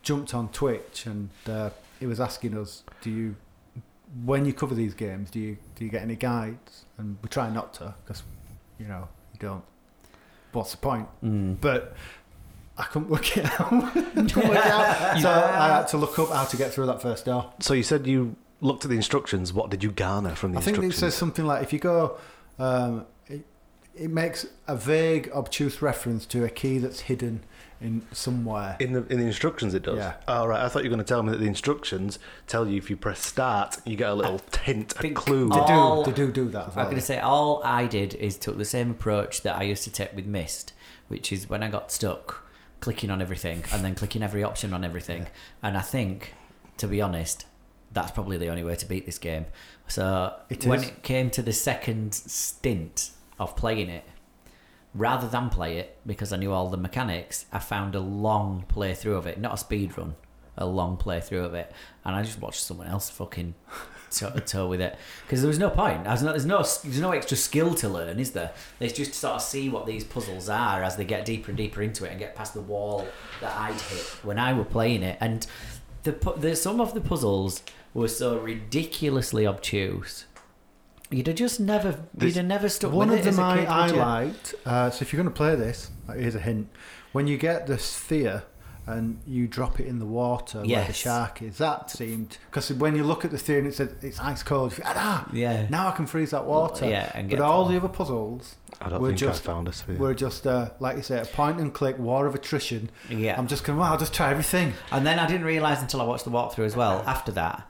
S2: jumped on Twitch and uh, he was asking us, "Do you, when you cover these games, do you do you get any guides?" And we try not to because, you know, you don't. What's the point?
S1: Mm.
S2: But I couldn't work it out. Couldn't work it out. So I had to look up how to get through that first door.
S3: so you said you looked at the instructions. What did you garner from the
S2: I think it
S3: instructions?
S2: says something like if you go, um, it, it makes a vague, obtuse reference to a key that's hidden in somewhere.
S3: In the in the instructions, it does.
S2: Yeah.
S3: All right. I thought you were going to tell me that the instructions tell you if you press start, you get a little hint, a
S1: think-
S3: clue.
S2: they
S1: Oh. all-
S2: do, they do do that. As
S1: I'm
S2: well.
S1: going to say all I did is took the same approach that I used to take with Mist, which is when I got stuck, clicking on everything and then clicking every option on everything. And I think, to be honest, that's probably the only way to beat this game. So
S2: It
S1: when
S2: is.
S1: it came to the second stint of playing it, rather than play it because I knew all the mechanics, I found a long playthrough of it, not a speed run, a long playthrough of it, and I just watched someone else fucking toe to toe with it because there was no point. There's no, there's no there's no extra skill to learn, is there? There's just to sort of see what these puzzles are as they get deeper and deeper into it and get past the wall that I'd hit when I were playing it, and the, pu- the some of the puzzles were so ridiculously obtuse. You'd have just never,
S3: This-
S1: you'd have never stuck
S2: One
S1: with
S2: of
S1: it as
S2: them
S1: a
S2: I,
S1: kid,
S2: I
S1: would you?
S2: liked. Uh, so if you're going to play this, here's a hint: when you get the sphere and you drop it in the water where the
S1: Yes.
S2: shark is, that seemed because when you look at the sphere and it said it's ice cold, you think, ah,
S1: Yeah.
S2: now I can freeze that water.
S1: Yeah, and get
S2: but all
S1: them.
S2: the other puzzles
S3: I don't
S2: were
S3: think
S2: just
S3: I found us.
S2: We're just, uh, like you say, a point and click war of attrition.
S1: Yeah.
S2: I'm just going, well, I'll just try everything.
S1: And then I didn't realise until I watched the walkthrough as well. After that,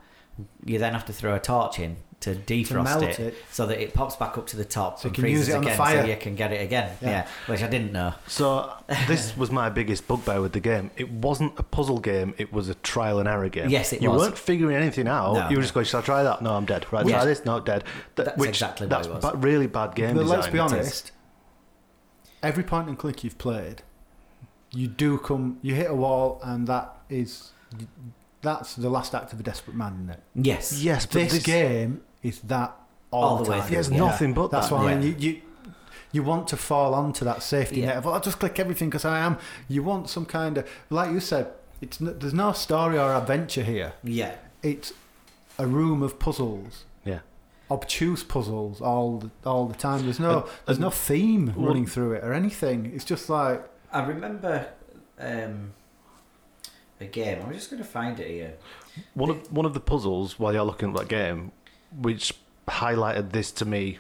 S1: you then have to throw a torch in to defrost
S2: melt
S1: it,
S2: it.
S1: so that it pops back up to the top
S2: So you
S1: and
S2: can
S1: freezes
S2: use it on the
S1: again,
S2: fire.
S1: so you can get it again. Yeah.
S2: Yeah.
S1: which I didn't know.
S3: So this was my biggest bugbear with the game. It wasn't a puzzle game. It was a trial and error game.
S1: Yes, it
S3: you
S1: was.
S3: weren't figuring anything out.
S1: No.
S3: you were just going, "Shall I try that? No, I'm dead. Right,
S1: Which-
S3: try this. No, dead." Th-
S1: That's
S3: which-
S1: exactly what
S3: that's
S1: it was.
S3: ba- really bad game
S2: but
S3: design.
S2: let's be
S3: it is.
S2: honest, every point and click you've played, you do come, you hit a wall, and that is, that's the last act of a desperate man, isn't it?
S1: Yes.
S3: Yes, but
S2: This,
S3: this,
S2: game is that all,
S1: All the
S2: the
S1: way
S2: time.
S1: through,
S3: There's yeah. nothing but
S2: That's
S3: that.
S2: why I mean,
S1: Yeah.
S2: you, you you want to fall onto that safety
S1: Yeah.
S2: net. Of, well, I'll just click everything because I am. You want some kind of, like you said, it's n- there's no story or adventure here.
S1: Yeah.
S2: it's a room of puzzles,
S3: Yeah.
S2: obtuse puzzles all the, all the time. There's no there's no theme
S3: Well-
S2: running through it or anything. It's just like
S1: I remember um, a game. I'm just going to find it here.
S3: One of one of the puzzles while you're looking at that game, which highlighted this to me,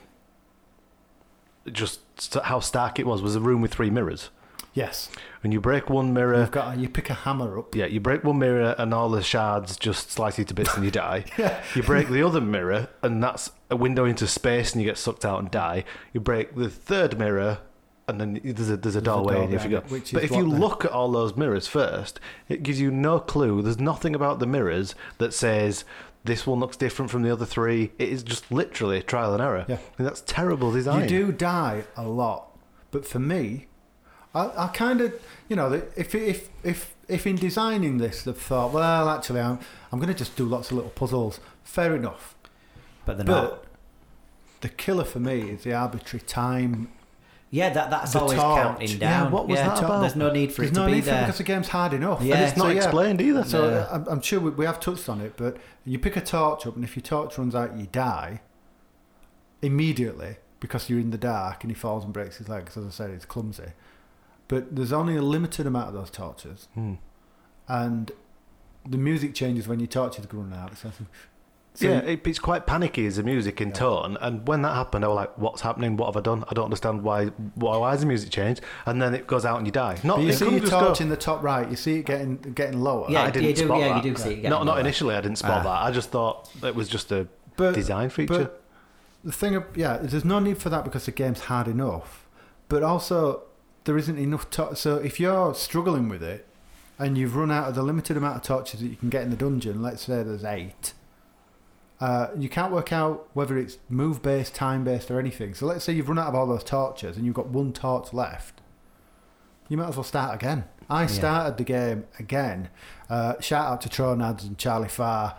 S3: just st- how stark it was, was a room with three mirrors.
S2: Yes.
S3: and you break one mirror.
S2: You've got you pick a hammer up.
S3: Yeah, you break one mirror and all the shards just slice you to bits and you die. You break the other mirror and that's a window into space and you get sucked out and die. You break the third mirror and then there's a, there's a doorway
S2: door
S3: and if you go.
S2: behind it, which
S3: But
S2: is
S3: if you
S2: what the-
S3: look at all those mirrors first, it gives you no clue. There's nothing about the mirrors that says this one looks different from the other three. It is just literally trial and error.
S2: Yeah.
S3: And that's terrible design.
S2: You do die a lot, but for me, I, I kind of, you know, that if if if if in designing this, they've thought, well, actually, I'm I'm going to just do lots of little puzzles. Fair enough,
S1: But they're
S2: but
S1: not.
S2: the killer for me is the arbitrary time.
S1: Yeah, that, that's
S2: the
S1: always
S2: torch.
S1: counting
S3: Yeah,
S1: down.
S3: what was that
S1: to-
S3: about?
S1: There's no need for
S2: There's
S1: it to
S2: no
S1: be
S2: need for it
S1: there.
S2: because the game's hard enough.
S1: Yeah.
S3: And it's
S2: So,
S3: not
S2: yeah.
S3: explained either. uh,
S2: So
S1: Yeah.
S2: I'm, I'm sure we, we have touched on it, but you pick a torch up, and if your torch runs out, you die immediately because you're in the dark, and he falls and breaks his leg. 'cause as I said, it's clumsy. But there's only a limited amount of those torches,
S3: Hmm.
S2: and the music changes when your torches go running out. So, so
S3: yeah, it, it's quite panicky as a music in
S2: Yeah.
S3: tone. And when that happened, I was like, "What's happening? What have I done? I don't understand why. Why, why has the music changed?" And then it goes out and you die. Not
S2: but you
S3: it
S2: see
S3: couldn't
S2: your
S3: just go-
S2: torch in the top right. You see it getting getting lower.
S1: yeah,
S3: I
S1: you
S3: didn't
S1: do,
S3: spot
S1: yeah,
S3: that.
S1: you do see it.
S3: Not
S1: getting
S3: not
S1: lower.
S3: initially. I didn't spot
S1: Ah.
S3: that. I just thought it was just a
S2: but
S3: design feature.
S2: But the thing, ab- yeah, there's no need for that because the game's hard enough. But also, there isn't enough. To- so if you're struggling with it, and you've run out of the limited amount of torches that you can get in the dungeon, let's say there's eight. Uh, you can't work out whether it's move based, time based, or anything. So let's say you've run out of all those torches and you've got one torch left. You might as well start again. I started the game again. Uh, shout out to Tronads and Charlie Farr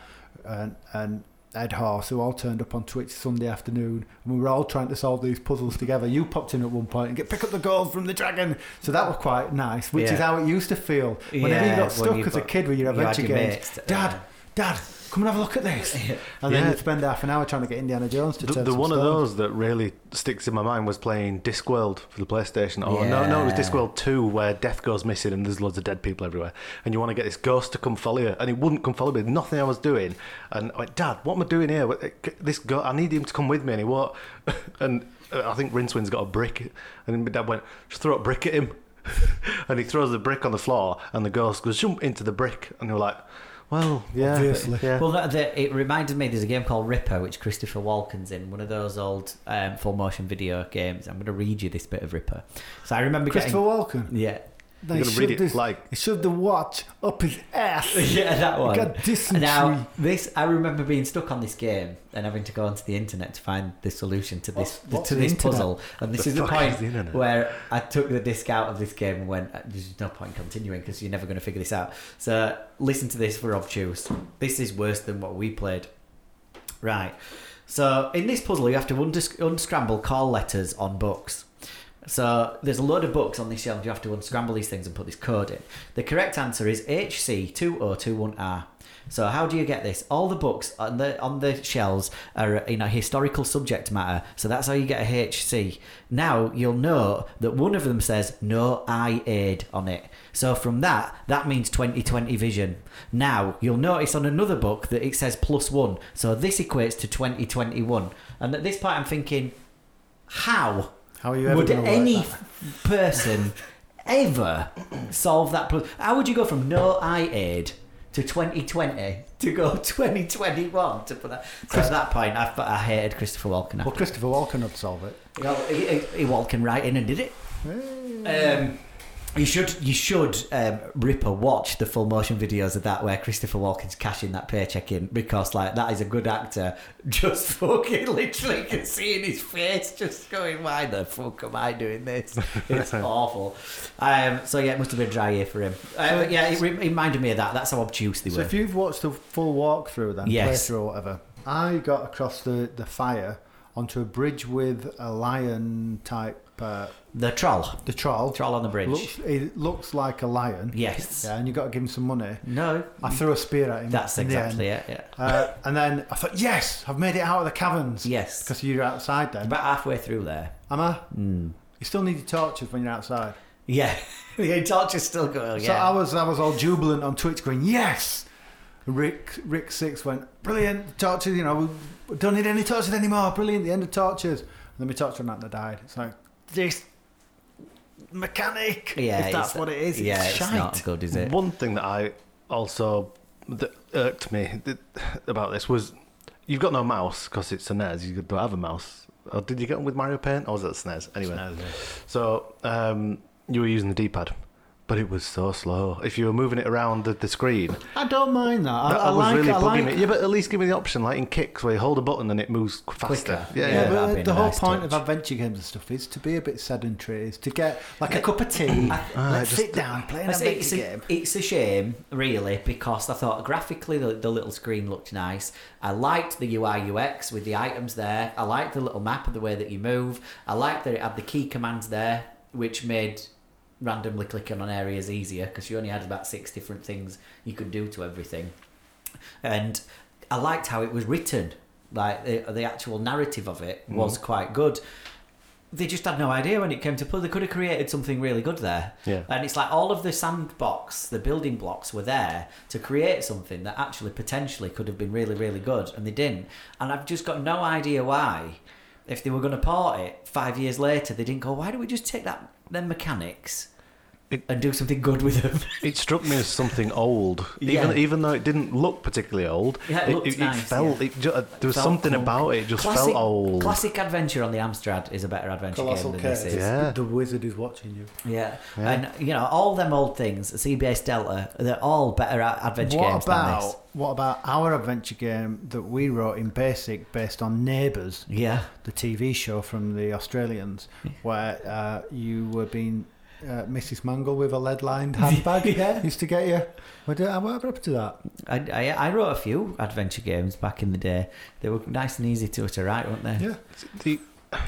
S2: and, and Ed Horse, who all turned up on Twitch Sunday afternoon, and we were all trying to solve these puzzles together. You popped in at one point and get pick up the gold from the dragon, so that was quite nice, which
S1: Yeah.
S2: is how it used to feel whenever
S1: Yeah,
S2: you
S1: when
S2: got stuck
S1: you
S2: as a
S1: got-
S2: kid with your
S1: you had
S2: adventure
S1: your
S2: games.
S1: mates uh, to-
S2: Dad,
S1: yeah.
S2: Dad, come and have a look at this, and then
S3: Yeah.
S2: you spend half an hour trying to get Indiana Jones to
S3: the
S2: turn
S3: the
S2: some
S3: one of
S2: stones.
S3: those that really sticks in my mind was playing Discworld for the PlayStation. Oh no, no, it was
S1: Yeah.
S3: Discworld Two, where death goes missing and there's loads of dead people everywhere, and you want to get this ghost to come follow you, and he wouldn't come follow me. Nothing I was doing, and I went, Dad, what am I doing here? What- eh, This go- I need him to come with me, and he what? and uh, I think Rincewind's got a brick, and my dad went, just throw a brick at him, and he throws the brick on the floor, and the ghost goes jump into the brick, and you're like, well, yeah,
S2: Obviously.
S3: yeah.
S1: Well, that, that, it reminded me there's a game called Ripper, which Christopher Walken's in, one of those old um, full motion video games. I'm going to read you this bit of Ripper. So I remember
S2: Christopher
S1: getting.
S2: Walken.
S1: Yeah.
S2: They
S3: You're gonna read
S2: shoved
S3: it
S2: his-
S3: like-
S2: he shoved the watch up his ass.
S1: Yeah, that
S2: He
S1: one.
S2: got dysentery.
S1: Now, this I remember being stuck on this game and having to go onto the internet to find the solution to this
S2: What's- what's
S1: to
S2: the
S1: this
S2: internet?
S1: puzzle. And this
S3: The
S1: is the
S3: fuck
S1: point
S3: is the internet?
S1: where I took the disc out of this game and went, "Uh, "There's no point continuing because you're never going to figure this out." So listen to this for obtuse. This is worse than what we played. Right. So in this puzzle, you have to unders- unscramble call letters on books. So there's a load of books on this shelf. You have to unscramble these things and put this code in. The correct answer is HC2021R. So how do you get this? All the books on the on the shelves are in a historical subject matter. So that's how you get a HC. Now you'll know that one of them says no eye aid on it. So from that, that means 2020 vision. Now you'll notice on another book that it says plus one. So this equates to 2021. And at this point, I'm thinking, how?
S2: How are you ever
S1: would
S2: gonna work
S1: any
S2: that?
S1: f- person ever solve that problem? How would you go from no eye aid to 2020 to go 2021 to put that? So at that point, I, f- I hated Christopher Walken.
S2: Well,
S1: After.
S2: Christopher Walken would solve it.
S1: You know, he, he, he Walken right in and did it. Um, you should you should um, Ripper watch the full motion videos of that where Christopher Walken's cashing that paycheck in because like that is a good actor just fucking literally can see in his face just going why the fuck am I doing this it's awful um, so yeah it must have been a dry year for him uh, but yeah it re- reminded me of that that's how obtuse they
S2: So
S1: were
S2: if you've watched the full walkthrough, then
S1: Yes.
S2: playthrough or whatever, I got across the, the fire onto a bridge with a lion type. Uh,
S1: the troll
S2: the troll.
S1: troll on the bridge
S2: Looks, it looks like a lion.
S1: yes
S2: Yeah, and you got to give him some money.
S1: no
S2: I threw a spear at him.
S1: that's
S2: in the end.
S1: exactly it yeah
S2: Uh, and then I thought, yes, I've made it out of the caverns.
S1: Yes.
S2: Because you're outside then.
S1: about halfway through there
S2: Am I?
S1: Hmm.
S2: You still need your torches when you're outside.
S1: yeah the torture's still going yeah.
S2: So I was I was all jubilant on Twitch, going yes. Rick Rick Six went brilliant torches. You know we- we don't need any torches anymore. Brilliant. The end of torches. And then we tortured and that and I died. It's like this mechanic.
S1: Yeah,
S2: if that's
S1: it's-
S2: what it is.
S1: Yeah,
S2: it's,
S1: it's,
S2: shite.
S1: not good, is it?
S3: One thing that I also that irked me th- about this was you've got no mouse because it's a NES. You don't have a mouse. Or did you get one with Mario Paint? Or was it SNES? Anyway, so um, you were using the D-pad, but it was so slow. If you were moving it around the, the screen,
S2: I don't mind that. I,
S3: that
S2: I
S3: was
S2: like.
S3: really
S2: I
S3: bugging
S2: like
S3: me. Yeah, but at least give me the option, like in kicks, where you hold a button and it moves faster.
S1: Quicker.
S3: Yeah,
S2: Yeah,
S3: yeah.
S1: that'd
S2: but
S1: be
S2: the
S1: a
S2: whole
S1: nice
S2: point
S1: touch.
S2: of adventure games and stuff is to be a bit sedentary, is to get like a cup of tea, let's
S3: just-
S2: sit down, play an
S1: It's,
S2: adventure
S1: it's a,
S2: game.
S1: it's a shame, really, because I thought graphically the, the little screen looked nice. I liked the UI UX with the items there. I liked the little map of the way that you move. I liked that it had the key commands there, which made randomly clicking on areas easier because you only had about six different things you could do to everything. And I liked how it was written. Like the, the actual narrative of it was quite good. They just had no idea when it came to play. They could have created something really good there.
S3: Yeah.
S1: And it's like all of the sandbox, the building blocks were there to create something that actually potentially could have been really, really good, and they didn't. And I've just got no idea why. If they were going to port it five years later, they didn't go. Why don't we just take that them mechanics
S3: It-
S1: and do something good with them?
S3: It struck me as something old,
S1: Yeah.
S3: even even though it didn't look particularly old.
S1: Yeah, it looked nice,
S3: felt
S1: yeah.
S3: it ju- uh, there was
S1: Felt
S3: something
S1: clunk.
S3: about it. it Just
S1: classic,
S3: felt old.
S1: classic adventure on the Amstrad is a better adventure
S2: Colossal
S1: game than this
S2: Curse.
S1: is.
S3: Yeah.
S2: The wizard is watching you.
S1: Yeah.
S3: Yeah.
S1: and you know all them old things, CBS Delta, they're all better a- adventure games
S2: What
S1: than this.
S2: about what about our adventure game that we wrote in Basic based on Neighbours,
S1: Yeah,
S2: the TV show from the Australians, where uh, you were being uh, Mrs. Mangle with a lead-lined handbag?
S1: Yeah.
S2: used to get you. What did- what happened up to that?
S1: I, I, I wrote a few adventure games back in the day. They were nice and easy to, to write, weren't they?
S2: Yeah.
S3: The-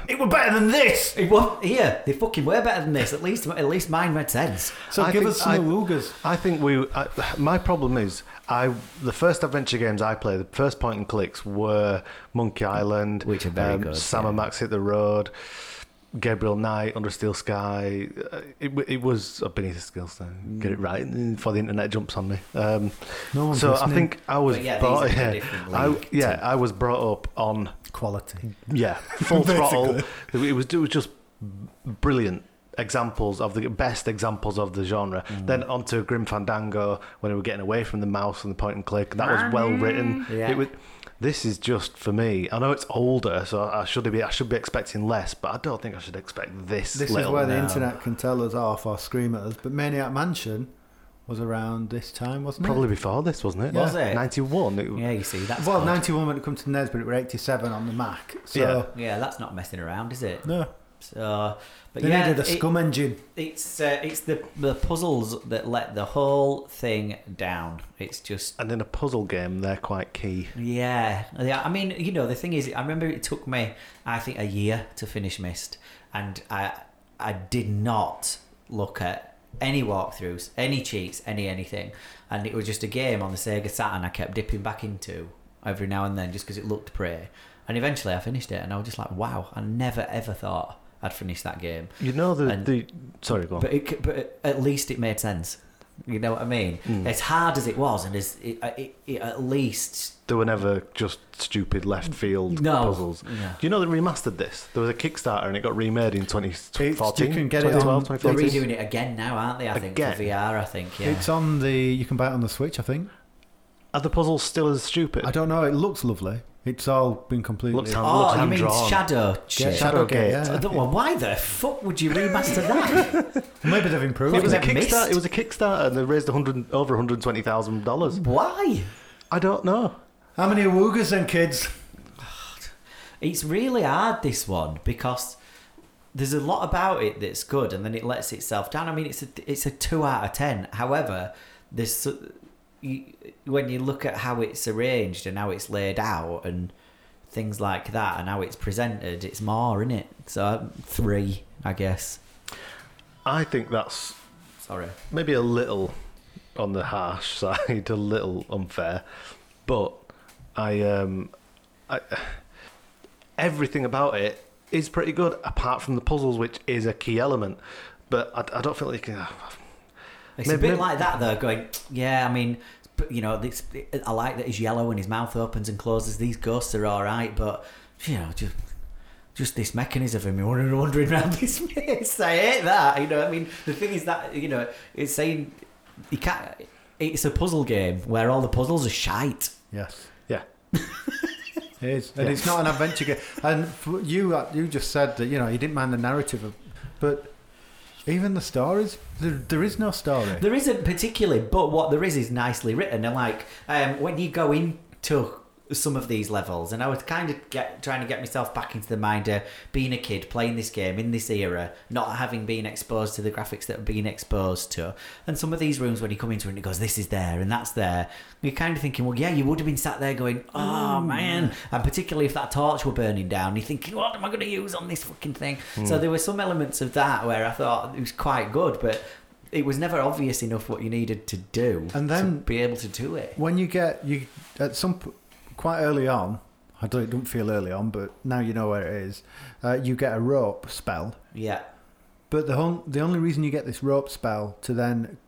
S2: It were better than this.
S1: It was, yeah, they fucking were better than this. At least, at least mine made sense.
S2: So
S3: I
S2: give
S3: think
S2: us some
S3: I-
S2: awoogas.
S3: I think we. I, my problem is, I the first adventure games I played, the first point and clicks were Monkey Island, um,
S1: Which are very good,
S3: Sam
S1: yeah.
S3: and Max hit the road, Gabriel Knight, Under Steel Sky. Uh, It, w- it was up beneath the skills. Then get it right before the internet jumps on me. Um,
S2: No one's
S3: so I
S2: listening.
S3: think I was
S1: But yeah, these
S3: brought.
S1: are
S3: Yeah,
S1: a different
S3: I,
S1: league
S3: yeah, I was brought up on
S2: Quality.
S3: yeah, full
S2: Basically.
S3: throttle. It was it was just brilliant examples of the best examples of the genre. Then onto Grim Fandango when we were getting away from the mouse and the point and click. That was well written.
S1: Ah. Yeah.
S3: It was. This is just for me. I know it's older, so I should be I should be expecting less, but I don't think I should expect this.
S2: This is
S3: little
S2: where the
S3: now.
S2: internet can tell us off or scream at us. But Maniac Mansion was around this time, wasn't
S3: probably
S2: it?
S3: before this wasn't it?
S1: Was it?
S3: ninety one?
S1: Yeah, you see, that's
S2: Well,
S1: good.
S2: 91 when it comes to NES, but it were 87 on the Mac. So,
S3: Yeah.
S1: yeah, that's not messing around, is it?
S2: no.
S1: So, but
S2: They
S1: yeah,
S2: needed a
S1: it-
S2: scum engine.
S1: it's uh, it's the the puzzles that let the whole thing down. It's just
S3: And in a puzzle game, they're quite key.
S1: Yeah, yeah. I mean, you know, the thing is, I remember it took me, I think, a year to finish Mist, and I, I did not look at any walkthroughs, any cheats, any anything, and it was just a game on the Sega Saturn. I kept dipping back into every now and then just because it looked pretty, and eventually I finished it, and I was just like, wow, I never ever thought I'd finish that game,
S3: You know the
S1: And-
S3: the sorry, go on.
S1: but it, c- but at least it made sense. You know what I mean?
S3: Mm.
S1: As hard as it was, and as it, it, it at least
S3: They were never just stupid left field
S1: no
S3: puzzles.
S1: Yeah.
S3: Do you know they remastered this? There was a Kickstarter and it got remade in 2014.
S2: you can get it on
S3: 2012,
S2: the
S1: They're
S3: 2014.
S1: redoing it again now, aren't they? I think
S3: Again.
S1: for VR, I think yeah.
S2: It's on the. You can buy it on the Switch, I think.
S3: Are the puzzles still as stupid?
S2: I don't know. It looks lovely. It's all been completely.
S3: Looks hand-
S1: oh, you
S3: hand
S1: mean
S3: drawn.
S1: Shadow? Shit.
S3: Shadow- Shadowgate.
S1: I don't know why the fuck would you remaster that?
S2: Maybe they've improved.
S3: It was a
S1: Wasn't it
S3: Kickstarter.
S1: missed?
S3: It was a Kickstarter, and they raised 100 over 120 thousand dollars.
S1: why?
S3: I don't know.
S2: How many awoogas then, kids?
S1: It's really hard this one because there's a lot about it that's good, and then it lets itself down. I mean, it's a it's a two out of ten. However, there's so- you, when you look at how it's arranged and how it's laid out and things like that, and how it's presented, it's more in it. So um, three, I guess.
S3: I think that's
S1: Sorry.
S3: maybe a little on the harsh side, a little unfair, but I, um, I everything about it is pretty good, apart from the puzzles, which is a key element. But I, I don't feel like uh, you can.
S1: It's a
S3: Maybe-
S1: bit
S3: maybe-
S1: like that though. Going, yeah, I mean, but, you know, this, I like that he's yellow and his mouth opens and closes. These ghosts are all right, but you know, just just this mechanism of him wandering, wandering around this maze. I hate that. You know, I mean, the thing is that you know, it's saying you can't. It's a puzzle game where all the puzzles are shite.
S2: Yes.
S3: Yeah.
S2: It is, and it's not an adventure game. And f- you, uh, you just said that you know you didn't mind the narrative, of, but even the stories, there, there is no story.
S1: There isn't particularly, but what there is is nicely written. And like um, when you go into some of these levels, and I was kind of get, trying to get myself back into the mind of being a kid playing this game in this era, not having been exposed to the graphics that I'm being exposed to. And some of these rooms, when you come into it, and it goes, "This is there and that's there." You're kind of thinking, "Well, yeah, you would have been sat there going, oh man!" And particularly if that torch were burning down, you're thinking, "What am I going to use on this fucking thing?" So there were some elements of that where I thought it was quite good, but it was never obvious enough what you needed to do
S2: And then-
S1: to be able to do it.
S2: when you get you at some p- quite early on i don't, don't feel early on but now you know where it is uh, you get a rope spell
S1: Yeah.
S2: but the whole, the only reason you get this rope spell to then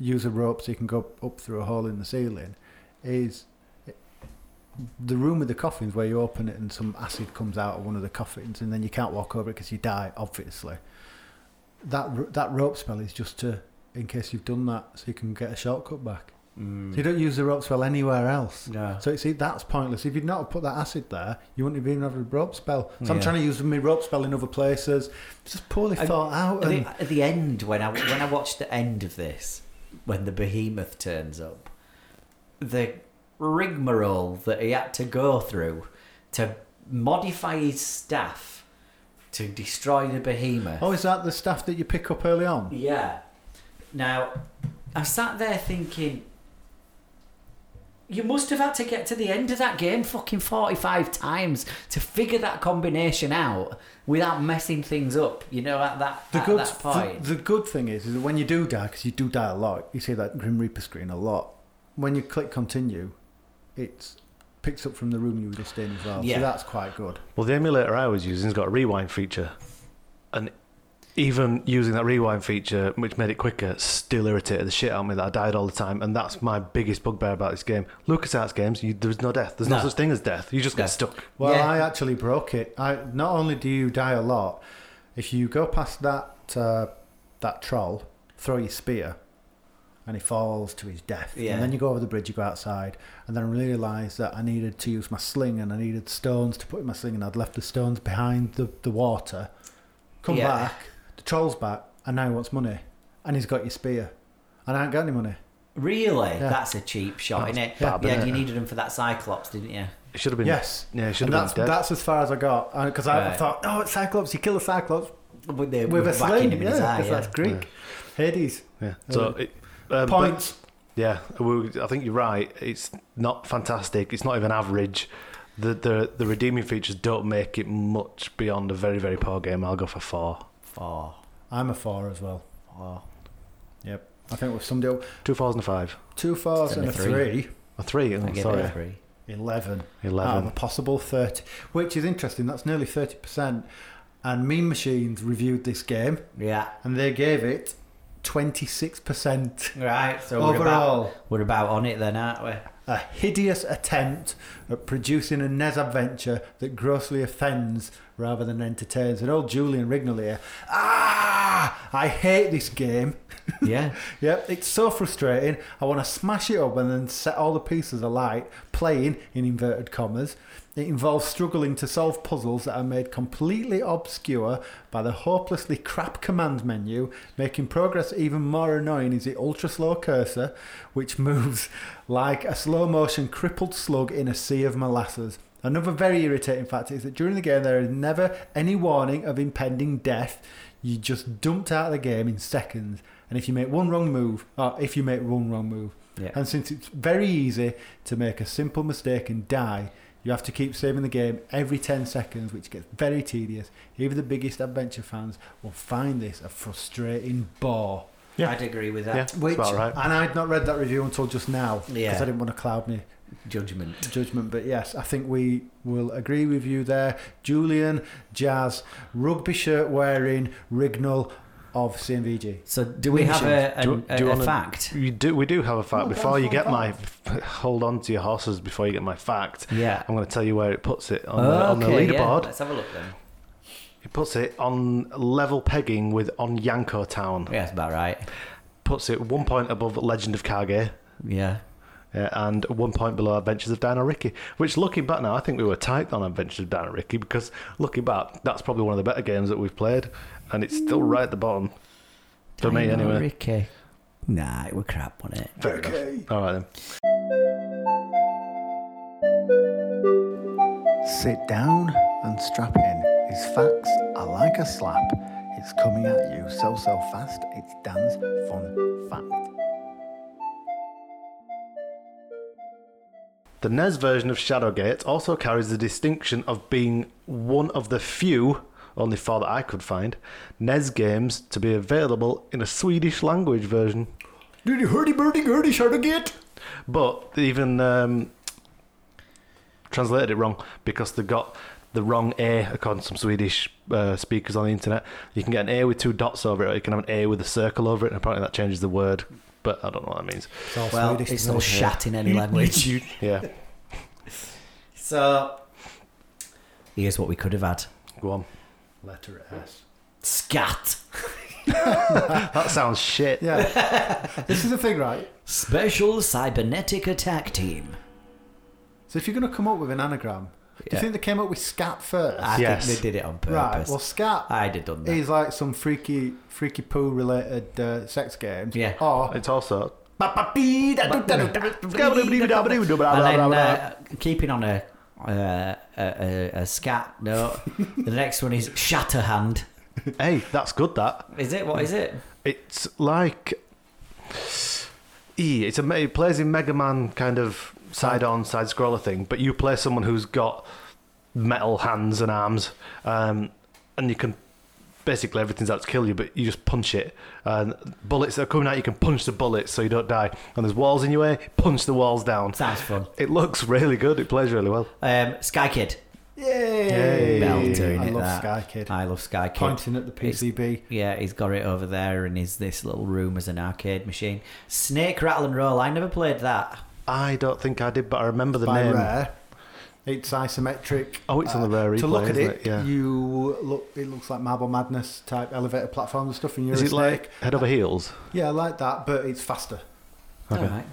S2: use a rope so you can go up through a hole in the ceiling is the room with the coffins where you open it and some acid comes out of one of the coffins and then you can't walk over it because you die obviously that r- that rope spell is just to in case you've done that so you can get a shortcut back
S1: Mm.
S2: so you don't use the rope spell anywhere else
S1: No.
S2: so you see, that's pointless. If you'd not have put that acid there, you wouldn't have even had a rope spell. So I'm
S1: Yeah.
S2: trying to use my rope spell in other places. It's just poorly
S1: And-
S2: thought out.
S1: At
S2: And,
S1: the, at the end, when I when I watched the end of this, when the behemoth turns up, the rigmarole that he had to go through to modify his staff to destroy the behemoth.
S2: oh, is that the stuff that you pick up early on?
S1: Yeah. Now, I sat there thinking, you must have had to get to the end of that game fucking 45 times to figure that combination out without messing things up, you know, at that,
S2: The
S1: at
S2: good,
S1: that point.
S2: The, the good thing is, is that when you do die, because you do die a lot, you see that Grim Reaper screen a lot. When you click continue, it picks up from the room you were just in as well.
S1: Yeah.
S2: So that's quite good.
S3: Well, the emulator I was using has got a rewind feature, and even using that rewind feature, which made it quicker, still irritated the shit out of me that I died all the time, and that's my biggest bugbear about this game. LucasArts games, you, there's no death. There's no.
S1: No.
S3: such thing as death. You just
S1: No.
S3: get stuck.
S2: Well,
S1: Yeah.
S2: I actually broke it. I not only do you die a lot, if you go past that uh, that troll, throw your spear, and he falls to his death.
S1: Yeah.
S2: And then you go over the bridge, you go outside, and then I realised that I needed to use my sling and I needed stones to put in my sling, and I'd left the stones behind the, the water. Come
S1: Yeah.
S2: back, the troll's back, and now he wants money, and he's got your spear, and I ain't got any money.
S1: really?
S2: Yeah.
S1: That's a cheap shot, isn't it?
S3: bad,
S1: yeah,
S3: innit?
S1: you needed them for that Cyclops, didn't you?
S3: It should have been.
S2: Yes.
S3: Yeah, it should
S2: And
S3: have
S2: that's
S3: been dead.
S2: that's as far as I got because I
S1: Right.
S2: thought, no, it's Cyclops. You kill a Cyclops,
S1: With, the,
S2: with a
S1: whacking
S2: sling,
S1: him in
S2: yeah,
S1: his eye,
S2: 'cause
S1: yeah.
S2: that's Greek. Hades.
S3: yeah. So
S2: Uh,
S3: it, um, but-
S2: Points.
S3: yeah, well, I think you're right. It's not fantastic. It's not even average. The, the the redeeming features don't make it much beyond a very very poor game. I'll go for four.
S1: Four.
S2: I'm a four as well.
S1: Four.
S2: Yep. I think we've summed it up.
S3: Two fours and a five.
S2: Two fours
S1: Then
S2: and
S1: a
S2: a
S1: three.
S2: three.
S3: Or three.
S1: I
S3: Oh,
S1: gave
S3: sorry.
S1: it a three.
S2: 11. Out
S1: Oh,
S2: of a
S3: Eleven.
S2: possible 30. Which is interesting. That's nearly 30%. And Mean Machines reviewed this game
S1: Yeah.
S2: and they gave it 26%.
S1: Right, so we're about,
S2: Overall,
S1: we're about on it then, aren't we?
S2: a hideous attempt at producing a NES adventure that grossly offends rather than entertains. And old Julian Rignall here, ah, I hate this game.
S1: Yeah.
S2: Yep, it's so frustrating. I want to smash it up and then set all the pieces alight, playing in inverted commas. It involves struggling to solve puzzles that are made completely obscure by the hopelessly crap command menu, making progress even more annoying is the ultra slow cursor, which moves like a slow motion crippled slug in a sea of molasses. Another very irritating fact is that during the game there is never any warning of impending death. You just dumped out of the game in seconds. And if you make one wrong move, or if you make one wrong move,
S1: Yeah.
S2: and since it's very easy to make a simple mistake and die, you have to keep saving the game every 10 seconds, which gets very tedious. Even the biggest adventure fans will find this a frustrating bore.
S3: Yeah.
S1: I'd agree with that.
S3: Yeah,
S2: Which,
S3: that's about right.
S2: and I'd not read that review until just now because
S1: Yeah.
S2: I didn't want to cloud me
S1: Judgment.
S2: judgment. But yes, I think we will agree with you there. Julian, Jazz, rugby shirt wearing Rignall of CMVG.
S1: So do we have a, a,
S3: Do-
S1: a,
S3: do you
S1: a
S3: wanna-
S1: fact?
S3: You do. We do have a fact.
S2: Oh,
S3: before
S2: that's
S3: you
S2: my
S3: get my, hold on to your horses. Before you get my fact,
S1: Yeah.
S3: I'm going to tell you where it puts it on, the, on the
S1: Oh, Okay, yeah.
S3: leaderboard.
S1: Let's have a look then.
S3: puts it on level pegging with On Yanko Town.
S1: Yeah, that's about right.
S3: Puts it one point above Legend of Kage.
S1: Yeah.
S3: Uh, and one point below Adventures of Dino Ricky, which looking back now, I think we were tight on Adventures of Dino Ricky because looking back, that's probably one of the better games that we've played, and it's still right at the bottom for me
S1: Dino
S3: anyway.
S1: Ricky. Nah, it was crap, wasn't it?
S3: Fair enough. All right then.
S4: Sit down and strap in. His facts are like a slap. It's coming at you so, so fast. It's Dan's fun fact.
S3: The NES version of Shadowgate also carries the distinction of being one of the few, only four that I could find, NES games to be available in a Swedish language version.
S2: Did you hurdy burdy hurdy Shadowgate?
S3: But they even um, translated it wrong because they got the wrong A according to some Swedish uh, speakers on the internet. You can get an A with two dots over it, or you can have an A with a circle over it, and apparently that changes the word, but I don't know what that means.
S2: It's all
S1: Well,
S2: Swedish,
S1: it's
S2: isn't
S1: all
S2: it?
S1: shat in any language.
S3: Yeah,
S1: So, here's what we could have had
S3: go on.
S2: Letter S.
S1: scat.
S3: That sounds shit.
S2: Yeah. this is the thing, right?
S1: Special cybernetic attack team.
S2: So if you're going to come up with an anagram, do you
S1: Yeah.
S2: think they came up with scat first?
S1: I
S3: Yes.
S1: think they did it on
S2: right.
S1: purpose.
S2: Well, scat
S1: I'd have done that.
S2: is like some freaky, freaky poo related uh, sex games. Oh,
S1: Yeah.
S2: Or
S3: It's also
S1: and then, uh, keeping on a, uh, a, a, a scat note, the next one is Shatterhand.
S3: Hey, that's good. That
S1: Is it? What is it?
S3: it's like, e. It's a it plays in Mega Man kind of side on side scroller thing, but you play someone who's got metal hands and arms, um, and you can basically everything's out to kill you, but you just punch it. And bullets that are coming out, you can punch the bullets so you don't die. And there's walls in your way, punch the walls down.
S1: Sounds fun.
S3: It looks really good. It plays really well.
S1: Um, Sky Kid.
S2: yay!
S1: Bell doing
S2: I
S1: it,
S2: love
S1: that.
S2: Sky Kid.
S1: I love Sky Kid.
S2: Pointing at the
S1: It's-
S2: PCB.
S1: Yeah, he's got it over there in his this little room as an arcade machine. Snake Rattle and Roll. I never played that.
S3: I don't think I did, but I remember the
S2: by
S3: name.
S2: rare. It's isometric. Uh,
S3: Oh, it's on the rare
S2: To
S3: replay,
S2: look at
S3: isn't
S2: it,
S3: it? Yeah.
S2: you look. It looks like Marble Madness type elevator platform and stuff. And you're
S3: Is
S2: a
S3: it
S2: snake.
S3: like head over heels?
S2: Yeah, I like that, but it's faster.
S3: Okay.
S1: All right.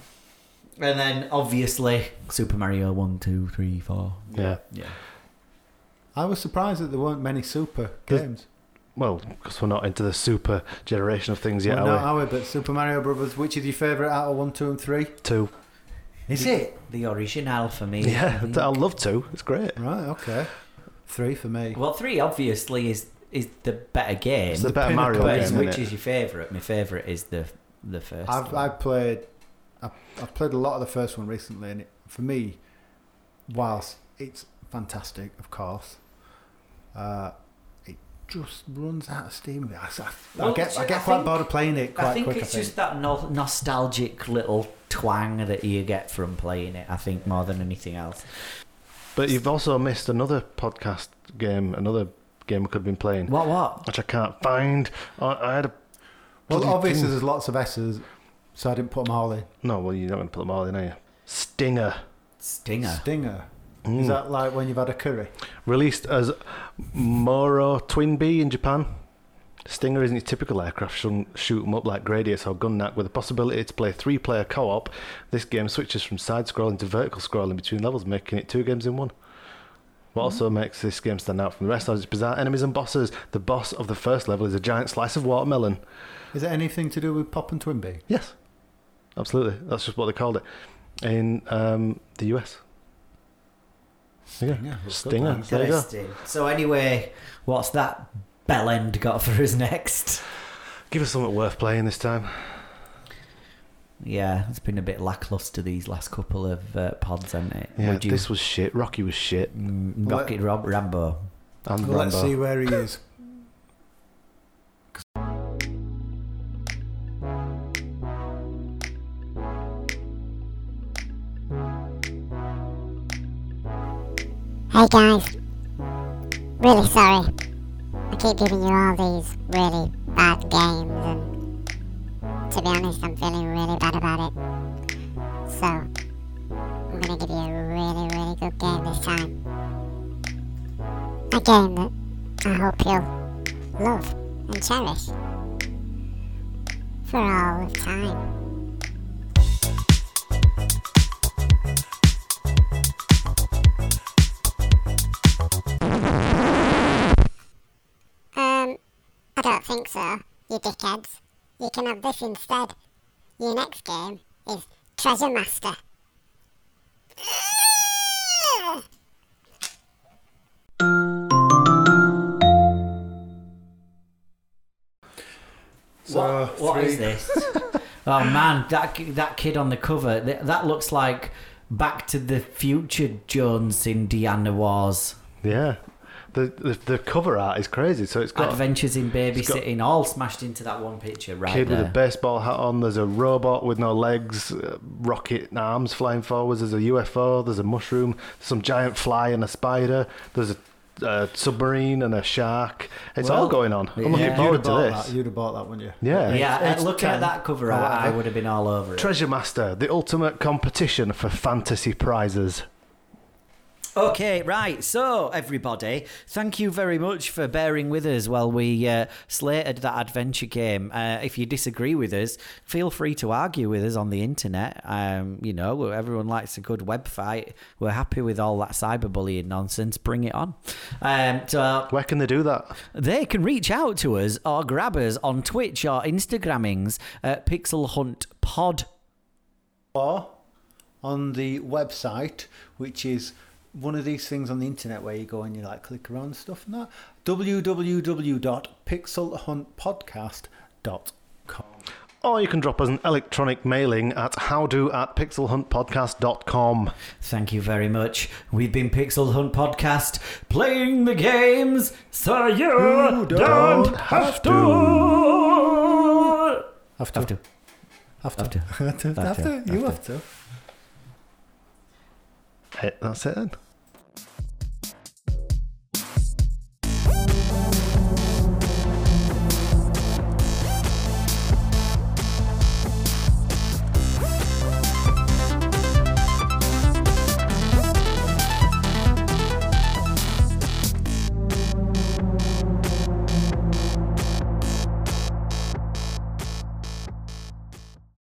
S1: And then obviously Super Mario one, two, three, four.
S3: Yeah.
S1: Yeah.
S2: I was surprised that there weren't many super
S3: There's-
S2: games.
S3: Well, because we're not into the super generation of things yet,
S2: well,
S3: are
S2: not our, but Super Mario Brothers. Which is your favourite out of one, two, and three?
S3: we? Two.
S2: Is it
S1: The original for me. I
S3: Yeah,
S1: think.
S3: I love two. It's great.
S2: right? Okay, three for me.
S1: Well, three obviously is is the better game.
S3: It's the,
S2: the
S3: better Mario
S2: pinnacle
S1: but
S3: game,
S1: it's
S3: isn't
S1: which
S3: it?
S1: is your favourite? My favourite is the the 1st
S2: I've I played. I, I've played a lot of the first one recently, and it, for me, whilst it's fantastic, of course, uh, it just runs out of steam. I, I, I
S1: Well,
S2: get I
S1: I
S2: get quite
S1: think-
S2: bored of playing it quite
S1: I think
S2: quick.
S1: it's
S2: I think.
S1: just that no- nostalgic little twang that you get from playing it. I think more than anything else.
S3: But you've also missed another podcast game, another game we could have been playing,
S1: What? What?
S3: which I can't find. I, I had a.
S2: well,
S3: bloody
S2: obviously,
S3: thing.
S2: there's lots of S's, so I didn't put them all in.
S3: No, well, you're not going to put them all in, are you? Stinger.
S1: Stinger.
S2: Stinger.
S3: Mm.
S2: Is that like when you've had a curry?
S3: Released as Moro Twin B in Japan. Stinger isn't your typical aircraft shun- shoot 'em up like Gradius or Gunnak with the possibility to play three player co op. This game switches from side scrolling to vertical scrolling between levels, making it two games in one. What also makes this game stand out from the rest are its bizarre enemies and bosses. The boss of the first level is a giant slice of watermelon.
S2: Is it anything to do with Pop and Twinbee?
S3: Yes, absolutely. That's just what they called it in um, the US. Yeah.
S2: Stinger, well, good
S3: Stinger.
S2: one.
S3: There you go.
S1: Interesting. So anyway, what's that bellend got for us next?
S3: Give us something worth playing this time.
S1: Yeah, it's been a bit lackluster these last couple of uh, pods, hasn't it?
S3: Yeah,
S1: Would you-
S3: this was shit. Rocky was shit.
S1: Mm,
S2: Well,
S1: Rocket Rob Rambo.
S3: And
S2: Well, let's
S3: Rambo.
S2: see where he is.
S5: Hey guys, really sorry. I keep giving you all these really bad games, and to be honest, I'm feeling really bad about it. So, I'm gonna give you a really, really good game this time. A game that I hope you'll love and cherish for all of time. Um, I don't think so, you dickheads. You can have this instead. Your next game is Treasure Master.
S2: So,
S1: what, what is
S2: uh, three.
S1: this? oh man, that ki- that kid on the cover, th- that looks like Back to the Future Jones in Deanna Wars.
S3: Yeah. The, the the cover art is crazy. So it's got
S1: Adventures in
S3: Oh, got-
S1: Babysitting, all smashed into that one picture right
S3: kid
S1: there.
S3: with a baseball hat on. There's a robot with no legs, uh, rocket arms flying forwards. There's a UFO. There's a mushroom. Some giant fly and a spider. There's a uh, submarine and a shark. It's all
S1: Well,
S3: going on. I'm looking
S1: yeah.
S2: You'd
S3: forward
S2: have
S3: to
S2: bought
S3: this.
S2: that. You'd have bought that, wouldn't you?
S3: yeah.
S1: yeah,
S2: It's-
S1: uh, looking at
S2: it's
S1: that cover,
S3: Oh,
S2: or
S1: I, I
S2: whatever.
S1: would have been all over it.
S3: Treasure Master, the ultimate competition for fantasy prizes.
S1: Okay, right. So, everybody, thank you very much for bearing with us while we uh, slated that adventure game. Uh, if you disagree with us, feel free to argue with us on the internet. Um, you know, everyone likes a good web fight. We're happy with all that cyberbullying nonsense. Bring it on. Um, so,
S3: Where can they do that?
S1: they can reach out to us or grab us on Twitch or Instagrammings at Pixel Hunt Pod.
S2: Or on the website, which is one of these things on the internet where you go and you like click around and stuff and that. www.pixelhuntpodcast.com.
S3: Or you can drop us an electronic mailing at howdo at pixelhuntpodcast.com.
S1: Thank you very much. We've been Pixel Hunt Podcast, playing the games so you don't, have to.
S2: Have to.
S1: Have to.
S2: Have
S1: Have
S2: to.
S1: to.
S2: Have to.
S1: Have to.
S2: You have to.
S3: Eh, That's it then.